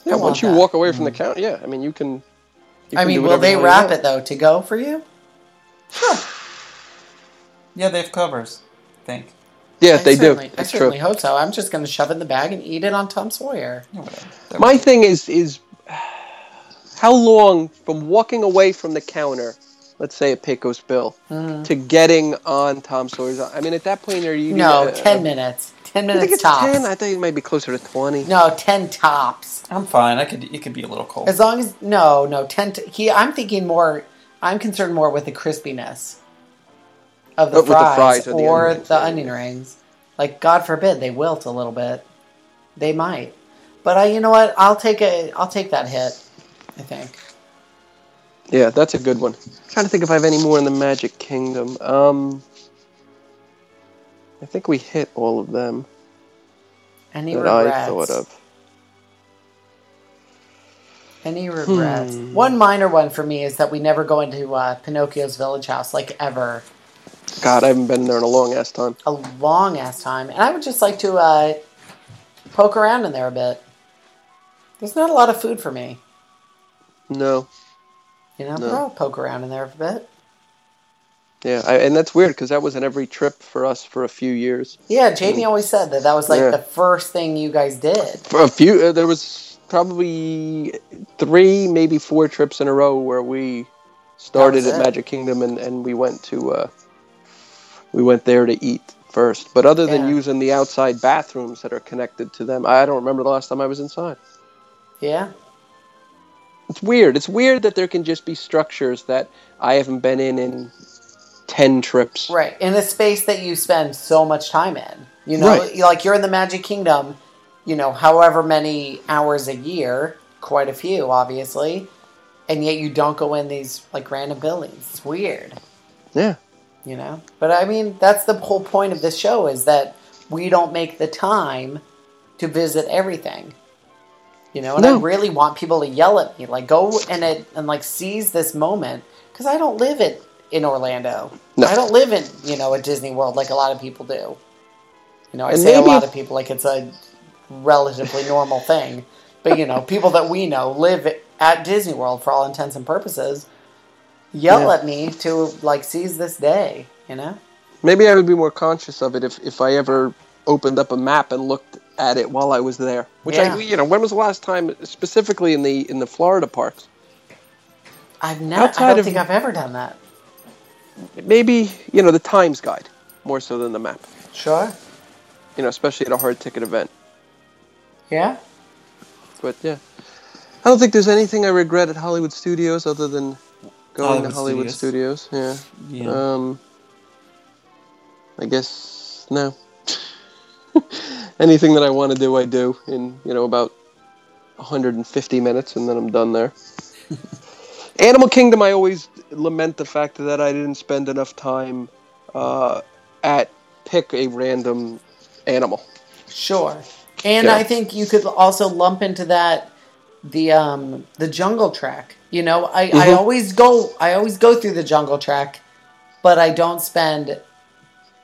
S3: Yeah,
S1: want
S3: once you
S1: that. Mm.
S3: walk away from the counter, yeah, I mean you can you
S1: I
S3: can
S1: mean,
S3: do
S1: will
S3: whatever
S1: they
S3: the hell you
S1: wrap
S3: want.
S1: it though to go for you?
S2: Yeah, they have covers. I think.
S3: Yeah, they do.
S1: certainly- I
S3: It's true.
S1: certainly hope so. I'm just going to shove it in the bag and eat it on Tom Sawyer.
S2: That
S3: My thing is is how long from walking away from the counter, let's say at Pecos Bill,
S1: Mm.
S3: to getting on Tom Sawyer's. I mean, at that point, are you
S1: No,
S3: uh,
S1: 10 minutes. 10
S3: I think
S1: minutes
S3: it's
S1: tops.
S3: ten. I think it might be closer to twenty.
S1: No, 10 tops.
S2: I'm fine. I could. It could be a little cold.
S1: As long as no, no, ten. T- he, I'm thinking more. I'm concerned more with the crispiness of the
S3: But with the
S1: fries,
S3: fries or the
S1: or
S3: onion rings,
S1: the
S3: yeah.
S1: onion rings. Like God forbid they wilt a little bit. They might, but I, you know what? I'll take a. I'll take that hit. I think.
S3: Yeah, that's a good one. I'm trying to think if I have any more in the Magic Kingdom. Um, I think we hit all of them
S1: Any
S3: that
S1: regrets?
S3: I thought of.
S1: Any regrets? One minor one for me is that we never go into uh, Pinocchio's village house like ever.
S3: God, I haven't been there in a long ass time.
S1: a long ass time, and I would just like to uh, poke around in there a bit. There's not a lot of food for me,
S3: No,
S1: you know.
S3: No.
S1: But I'll poke around in there a bit.
S3: yeah, I, and that's weird because that was an every trip for us for a few years.
S1: Yeah, Jamie always said that that was like
S3: Mm. Yeah.
S1: the first thing you guys did.
S3: For a few, uh, there was probably three, maybe four trips in a row where we started
S1: That was
S3: at
S1: it.
S3: Magic Kingdom and, and we went to uh, we went there to eat first. But other than
S1: Yeah.
S3: using the outside bathrooms that are connected to them, I don't remember the last time I was inside.
S1: Yeah,
S3: It's weird. It's weird that there can just be structures that I haven't been in in ten trips.
S1: right. In a space that you spend so much time in, you know,
S3: Right.
S1: You- like you're in the Magic Kingdom, you know, however many hours a year, quite a few, obviously, and yet you don't go in these like random buildings. It's weird.
S3: Yeah,
S1: you know but i mean that's the whole point of this show is that we don't make the time to visit everything you know and
S3: No.
S1: i really want people to yell at me like go and it and like seize this moment because i don't live it in orlando
S3: No.
S1: i don't live in you know at disney world like a lot of people do you know i
S3: And
S1: say
S3: maybe-
S1: a lot of people like it's a relatively normal thing but you know people that we know live at disney world for all intents and purposes yell
S3: Yeah.
S1: at me to like seize this day you know
S3: maybe I would be more conscious of it if if I ever opened up a map and looked at it while I was there. Which
S1: Yeah.
S3: I, you know, when was the last time specifically in the in the Florida parks?
S1: I've never. I
S3: Outside
S1: don't
S3: of-
S1: think I've ever done that.
S3: Maybe you know the times guide more so than the map.
S1: Sure.
S3: You know, especially at a hard ticket event.
S1: Yeah.
S3: But yeah, I don't think there's anything I regret at Hollywood Studios other than going to
S2: Hollywood
S3: Hollywood Studios. Yeah.
S2: Yeah.
S3: Um. I guess no. anything that I want to do, I do in you know about 150 minutes, and then I'm done there. Animal Kingdom, I always lament the fact that I didn't spend enough time uh, at pick a random animal.
S1: Sure. And
S3: Yeah.
S1: I think you could also lump into that the um the jungle track. You know, I I
S3: Mhm.
S1: always go I always go through the jungle track, but I don't spend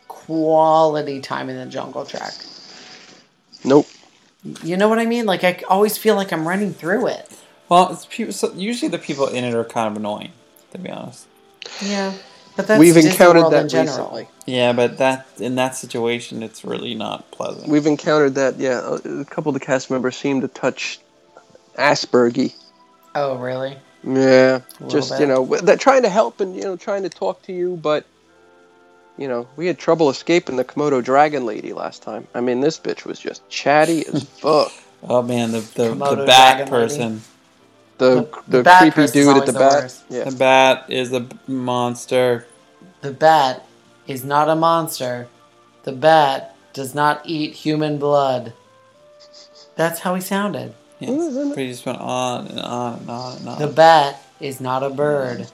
S1: quality time in the jungle track.
S3: Nope.
S1: You know what I mean? Like I always feel like I'm running through it.
S2: Well, it's people, so usually the people in it are kind of annoying, to be honest.
S1: Yeah. But that's
S3: We've
S1: Disney
S3: encountered
S1: World
S3: that
S1: in general.
S3: recently.
S2: Yeah, but that in that situation, it's really not pleasant.
S3: We've encountered that. Yeah, a a couple of the cast members seem to touch Aspergy.
S1: Oh, really?
S3: Yeah,
S1: little
S3: just
S1: bit.
S3: you know, w- they're trying to help and you know trying to talk to you, but you know we had trouble escaping the Komodo dragon lady last time. I mean, this bitch was just chatty as fuck.
S2: oh man, the the, the
S1: Komodo
S2: bat
S1: dragon
S2: person,
S3: The
S1: The
S3: the,
S1: bat
S3: creepy
S1: person's
S3: dude at the
S1: always the
S3: bat.
S1: worst.
S3: yeah,
S2: the bat is a b- monster.
S1: The bat is not a monster. The bat does not eat human blood. That's how he sounded.
S2: Yes. But he just went on and on and on and on.
S1: The bat is not a bird.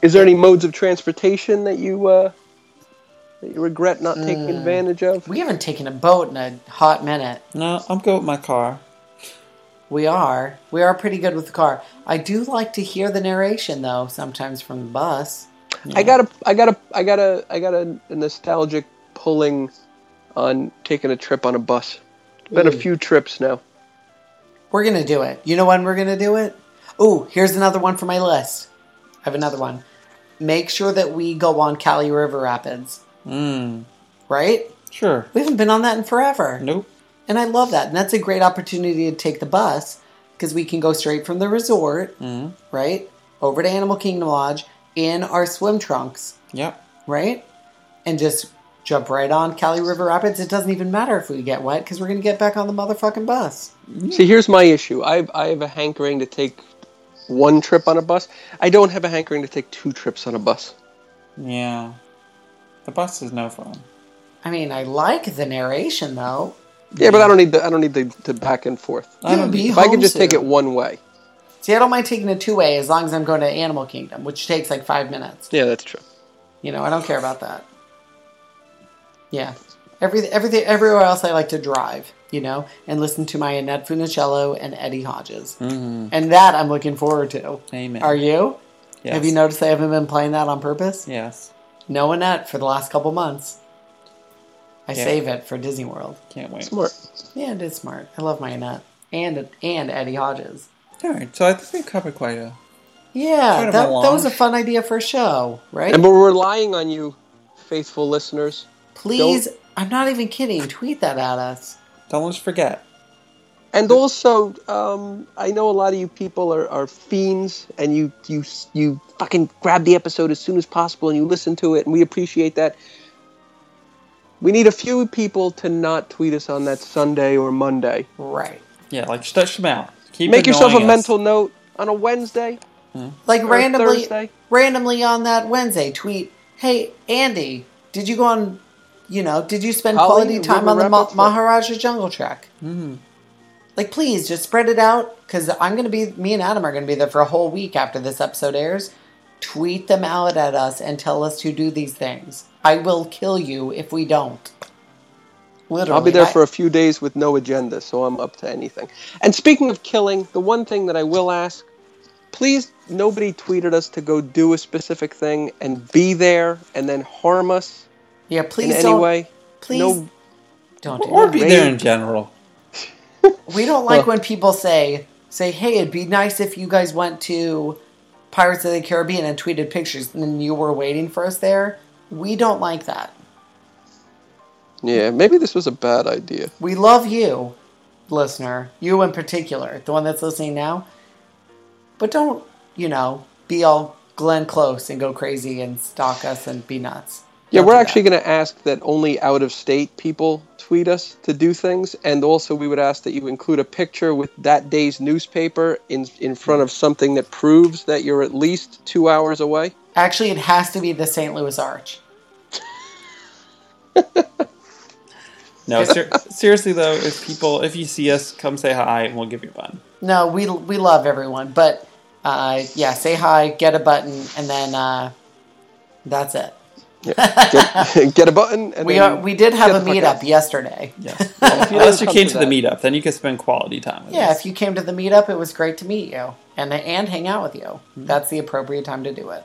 S3: Is there any modes of transportation that you uh, that you regret not taking
S1: Hmm.
S3: advantage of?
S1: We haven't taken a boat in a hot minute.
S2: no, I'm going with my car.
S1: We are. We are pretty good with the car. I do like to hear the narration, though, sometimes from the bus.
S3: I got a I got a I got a I got a, a nostalgic pulling on taking a trip on a bus. Been a few trips now.
S1: We're going to do it. You know when we're going to do it? Ooh, here's another one for my list. I have another one. Make sure that we go on Cali River Rapids,
S2: Mm,
S1: right?
S2: Sure.
S1: We haven't been on that in forever.
S2: Nope.
S1: And I love that. And that's a great opportunity to take the bus because we can go straight from the resort, right, over to Animal Kingdom Lodge in our swim trunks,
S2: Yep.
S1: right? And just jump right on Cali River Rapids. It doesn't even matter if we get wet because we're going to get back on the motherfucking bus.
S3: See, here's my issue. I've I have a hankering to take one trip on a bus. I don't have a hankering to take two trips on a bus.
S2: Yeah. The bus is no fun.
S1: I mean, I like the narration though.
S3: Yeah, but I don't need the I don't need the, the back and forth.
S1: I
S2: don't-
S1: be
S3: If I could just
S1: homesick.
S3: take it one way.
S1: See, I don't mind taking a two way as long as I'm going to Animal Kingdom, which takes like five minutes.
S3: Yeah, that's true.
S1: You know, I don't care about that. Yeah. Every, everything, everywhere else, I like to drive, you know, and listen to my Annette Funicello and Eddie Hodges.
S2: Mm-hmm.
S1: And that I'm looking forward to.
S2: Amen.
S1: Are you?
S2: Yes.
S1: Have you noticed I haven't been playing that on purpose?
S2: Yes.
S1: No Annette for the last couple months. I
S2: Yeah.
S1: save it for Disney World.
S2: Can't wait.
S3: Smart.
S1: Yeah, it is smart. I love my Annette and, and Eddie Hodges.
S2: All right. So I think we've covered quite a. Quite
S1: Yeah, that,
S2: a
S1: that was a
S2: melange.
S1: fun idea for a show, right?
S3: And but we're relying on you, faithful listeners.
S1: Please, I'm not even kidding. Tweet that at us.
S2: Don't let's forget.
S3: And also, um, I know a lot of you people are, are fiends, and you you you fucking grab the episode as soon as possible, and you listen to it, and we appreciate that. We need a few people to not tweet us on that Sunday or Monday.
S1: Right.
S2: Yeah, like stretch them out. Keep
S3: Make yourself a
S2: annoying us.
S3: mental note on a Wednesday.
S1: Like randomly,
S3: Thursday?
S1: randomly on that Wednesday, tweet, "Hey Andy, did you go on? You know, did you spend
S3: Holly,
S1: quality time
S3: River
S1: on the Ma-
S3: Rapids?
S1: Maharaja Jungle Track?" Mm.
S3: Mm-hmm.
S1: Like, please just spread it out because I'm gonna be. Me and Adam are gonna be there for a whole week after this episode airs. Tweet them out at us and tell us to do these things. I will kill you if we don't. Literally,
S3: I'll be there
S1: I-
S3: for a few days with no agenda, so I'm up to anything. And speaking of killing, the one thing that I will ask please, nobody tweeted us to go do a specific thing and be there and then harm us
S1: yeah.
S3: in
S1: Please
S3: any
S1: don't.
S3: way.
S1: please
S3: no-
S1: don't do
S2: Or
S1: that.
S2: be
S3: Rain.
S2: there in general.
S1: We don't like
S3: Well-
S1: when people say, say, hey, it'd be nice if you guys went to Pirates of the Caribbean and tweeted pictures and then you were waiting for us there. We don't like that.
S3: Yeah, maybe this was a bad idea.
S1: We love you, listener, you in particular, the one that's listening now. But don't, you know, be all Glenn Close and go crazy and stalk us and be nuts.
S3: Yeah,
S1: Don't
S3: we're
S1: do
S3: actually
S1: that.
S3: going to ask that only out of state people tweet us to do things, and also we would ask that you include a picture with that day's newspaper in in front of something that proves that you're at least two hours away.
S1: Actually, it has to be the St. Louis Arch.
S2: No, ser- seriously though, if people, if you see us, come say hi and we'll give you a bun.
S1: No, we we love everyone, but uh, yeah, say hi, get a button, and then uh, that's it.
S3: Get, get a button. And
S1: We
S3: then-
S1: are we did have
S3: get
S1: a
S3: the fuck
S1: meetup
S3: out.
S1: yesterday.
S2: Yeah. Unless you
S3: come
S2: came
S3: to
S2: to the
S3: that.
S2: meetup, then you can spend quality time with
S1: Yeah,
S2: us.
S1: if you came to the meetup, it was great to meet you and and hang out with you.
S3: Mm-hmm.
S1: That's the appropriate time to do it.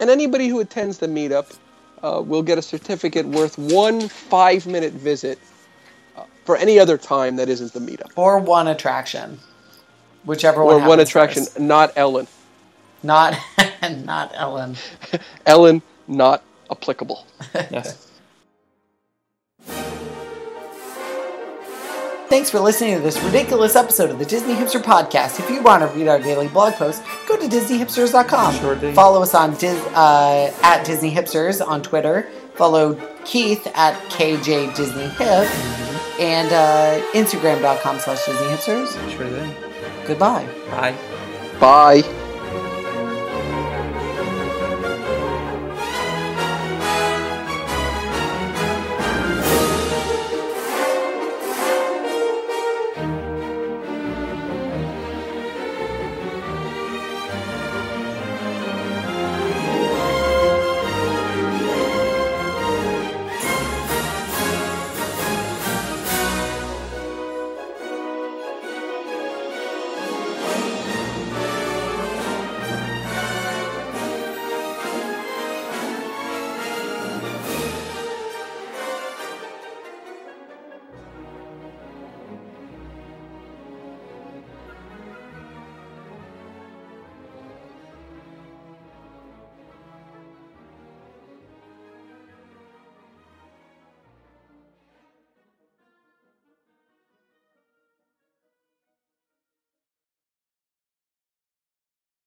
S3: And anybody who attends the meetup uh, will get a certificate worth one five minute visit uh, for any other time that isn't the meetup.
S1: Or one attraction, whichever
S3: Or
S1: one.
S3: one
S1: happens
S3: attraction,
S1: first.
S3: not Ellen.
S1: Not not Ellen.
S3: Ellen, not applicable.
S2: Yes.
S1: Thanks for listening to this ridiculous episode of the Disney Hipster Podcast. If you want to read our daily blog post, go to DisneyHipsters.com.
S2: Sure do.
S1: Follow us on Dis- uh, at Disney Hipsters on Twitter. Follow Keith at KJ Disney Hip
S2: Mm-hmm.
S1: and uh, Instagram.com slash Disney Hipsters.
S2: Sure thing.
S1: Goodbye.
S2: Bye.
S3: Bye.